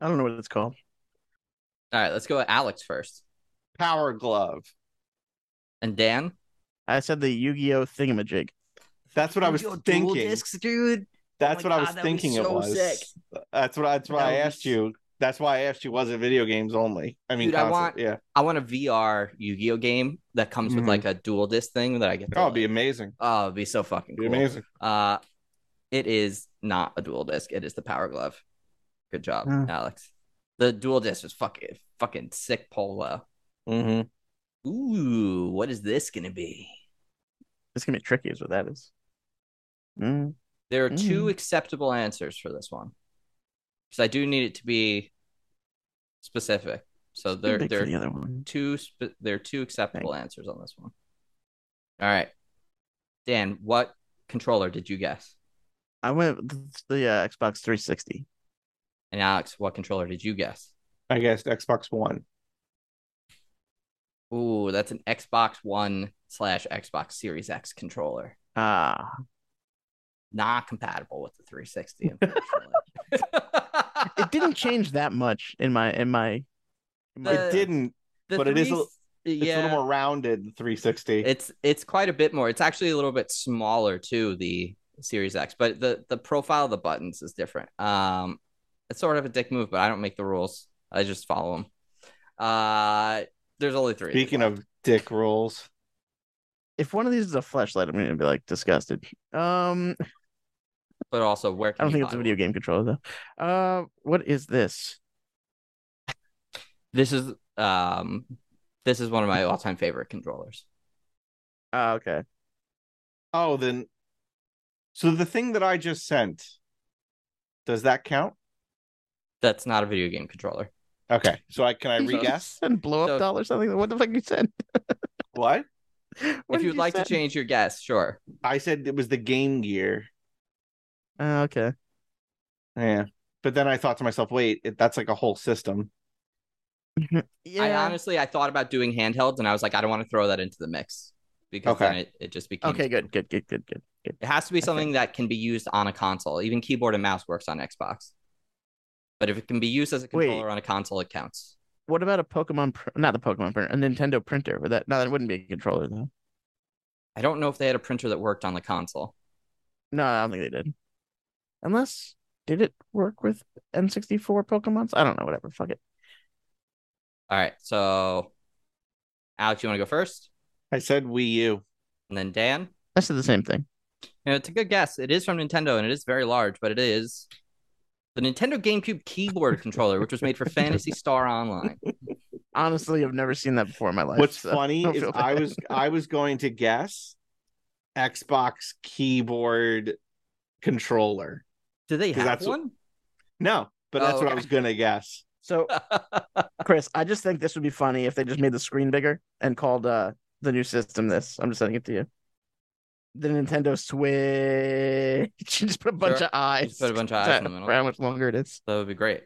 I don't know what it's called. All right, let's go with Alex first. Power glove. And Dan? I said the Yu-Gi-Oh thingamajig. That's what I was Yo, dual thinking. discs, dude. Oh That's my what I was God, that'd be thinking it so was. sick. That's what. That's why That I would be asked s- you. That's why I asked you. Was it video games only? I mean, Dude, I console- want- Yeah, I want a VR Yu-Gi-Oh game that comes Mhm. with like a dual disc thing that I get. To that would be like- amazing. oh, it'd be so fucking It'd be cool. amazing. Uh, it is not a dual disc. It is the Power Glove. Good job, Hmm. Alex. The dual disc was fucking fucking sick polo. Mm-hmm. Ooh, what is this gonna be? It's gonna be tricky, is what that is. Mm. There are two Mm. acceptable answers for this one, because I do need it to be specific. So there, Big there for are the other one. two sp- there are two acceptable answers on this one. All right, Dan, what controller did you guess? I went with the uh, Xbox 360. And Alex, what controller did you guess? I guess Xbox One. Ooh, that's an Xbox One slash Xbox Series X controller. Ah, Not compatible with the 360. Unfortunately. it didn't change that much in my in my. in my- Uh, it didn't. The but it is a- 360 It's yeah. a little more rounded. The 360. it's it's quite a bit more. It's actually a little bit smaller too, the Series X, but the the profile of the buttons is different. Um, it's sort of a dick move, but I don't make the rules. I just follow them. Uh, there's only three. Speaking of dick rolls, If one of these is a flashlight, I'm gonna be like disgusted. Um, but also where can I don't you think it's buy a one? video game controller though. Uh, what is this? This is um, this is one of my all time favorite controllers. Ah, okay. oh, then. So the thing that I just sent, does that count? That's not a video game controller. Okay. So I can I You re-guess just said blow up So- doll or something. What the fuck you said? what? What if you'd did you like say? to change your guess, sure. I said it was the Game Gear. Ah, okay. Yeah. But then I thought to myself, wait, it, that's like a whole system. Yeah. I honestly I thought about doing handhelds, and I was like, I don't want to throw that into the mix because Okay. then it, it just became okay. too Good. Good. Good. Good. Good. It has to be something that can be used on a console. Even keyboard and mouse works on Xbox. But if it can be used as a Wait. controller on a console, it counts. What about a Pokemon? Pr- not the Pokemon printer, a Nintendo printer. But that no, that wouldn't be a controller though. I don't know if they had a printer that worked on the console. No, I don't think they did. Unless did it work with N64 Pokemons? I don't know. Whatever. Fuck it. All right. So, Alex, you want to go first? I said Wii U. And then Dan? I said the same thing. You know, it's a good guess. It is from Nintendo and it is very large, but it is the Nintendo GameCube keyboard controller, which was made for Fantasy Star Online. Honestly, I've never seen that before in my life. What's so funny don't is feel I bad. was I was going to guess Xbox keyboard controller. Do they 'Cause have that's- one? No, but that's Oh, what I okay. was gonna guess. so Chris. I just think this would be funny if they just made the screen bigger and called uh the new system this. I'm just sending it to you. The Nintendo Switch. just put a bunch Sure. of eyes. Just put a bunch of eyes in the middle. For how much longer it is. That would be great.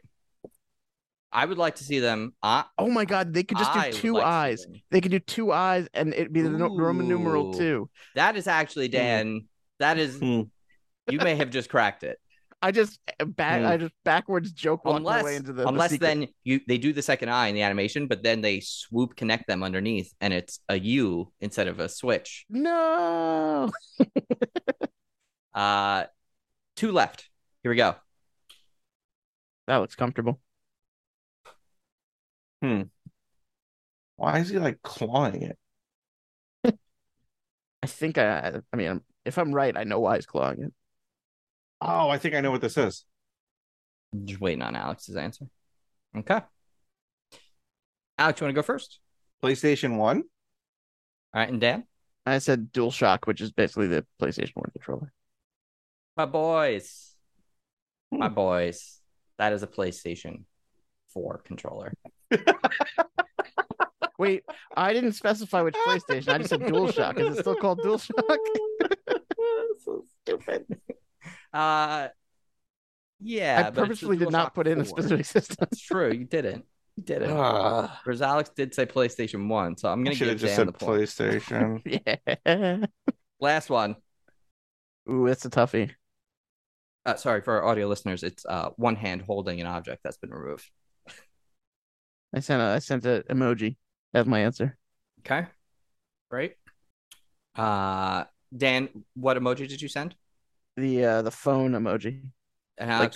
I would like to see them. I, Oh my god, they could just I do would two like to see eyes. them. They could do two eyes and it'd be the no- Roman numeral Ooh. two. That is actually Dan. That is Hmm. you may have just cracked it. I just back Hmm. I just backwards joke walked my Unless way into the the unless secret. then you they do the second eye in the animation, but then they swoop connect them underneath and it's a U instead of a switch. No Uh two left. Here we go. That looks comfortable. Why is he like clawing it? I think I I mean if I'm right, I know why he's clawing it. Oh, I think I know what this is. I'm Just waiting on Alex's answer. Okay. Alex, you want to go first? PlayStation One? All right, and Dan, I said Dual Shock, which is basically the PlayStation 1 controller. my boys, my boys. That is a PlayStation 4 controller. Wait, I didn't specify which PlayStation. I just said Dual Shock. Is it still called Dual Shock? so stupid. Uh, yeah, but I it's purposely did DualShock not put in a 4. specific system. That's true. You didn't. You didn't. Ah, Whereas Alex did say PlayStation One, so I'm I gonna should give have just Dan said the point. PlayStation. yeah. Last one. Ooh, that's a toughie. Uh, sorry for our audio listeners. It's uh, one hand holding an object that's been removed. I sent a I sent a emoji as my answer. Okay. Great. Uh, Dan, what emoji did you send? The uh the phone emoji. And Alex, Like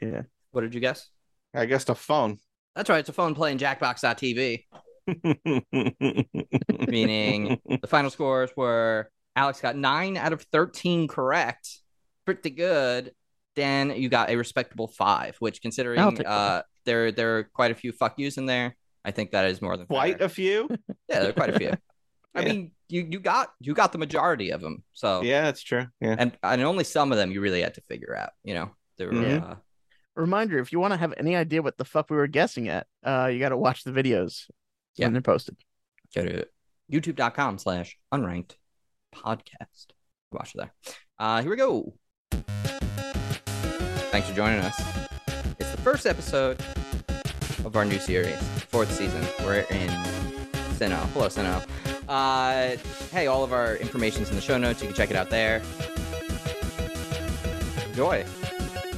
the, what, what did you guess? I guess the phone. That's right. It's a phone playing Jackbox.tv, meaning the final scores were Alex got nine out of 13 correct. Pretty good. Dan, you got a respectable five, which I'll considering take uh, there, there are quite a few fuck yous in there, I think that is more than Quite fair. a few. yeah, there are quite a few. I Yeah. mean, you, you got you got the majority of them. So Yeah, that's true. Yeah. and and only some of them you really had to figure out. You know, there were Yeah. uh, Reminder, if you want to have any idea what the fuck we were guessing at, uh you gotta watch the videos Yeah. when they're posted. go to youtube.com slash unranked podcast. Watch it there. Uh, here we go. Thanks for joining us. It's the first episode of our new series, fourth season. We're in Sinnoh. Hello, Sinnoh. Uh, hey, all of our information's in the show notes. You can check it out there. Enjoy it.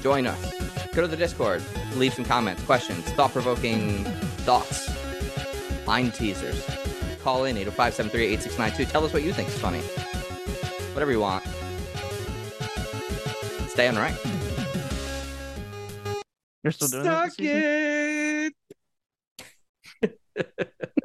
Join us. Go to the Discord. Leave some comments, questions, thought provoking thoughts, line teasers. Call in 805 738 8692. Tell us what you think is funny. Whatever you want. Stay on right. You're still doing that this Suck season? it.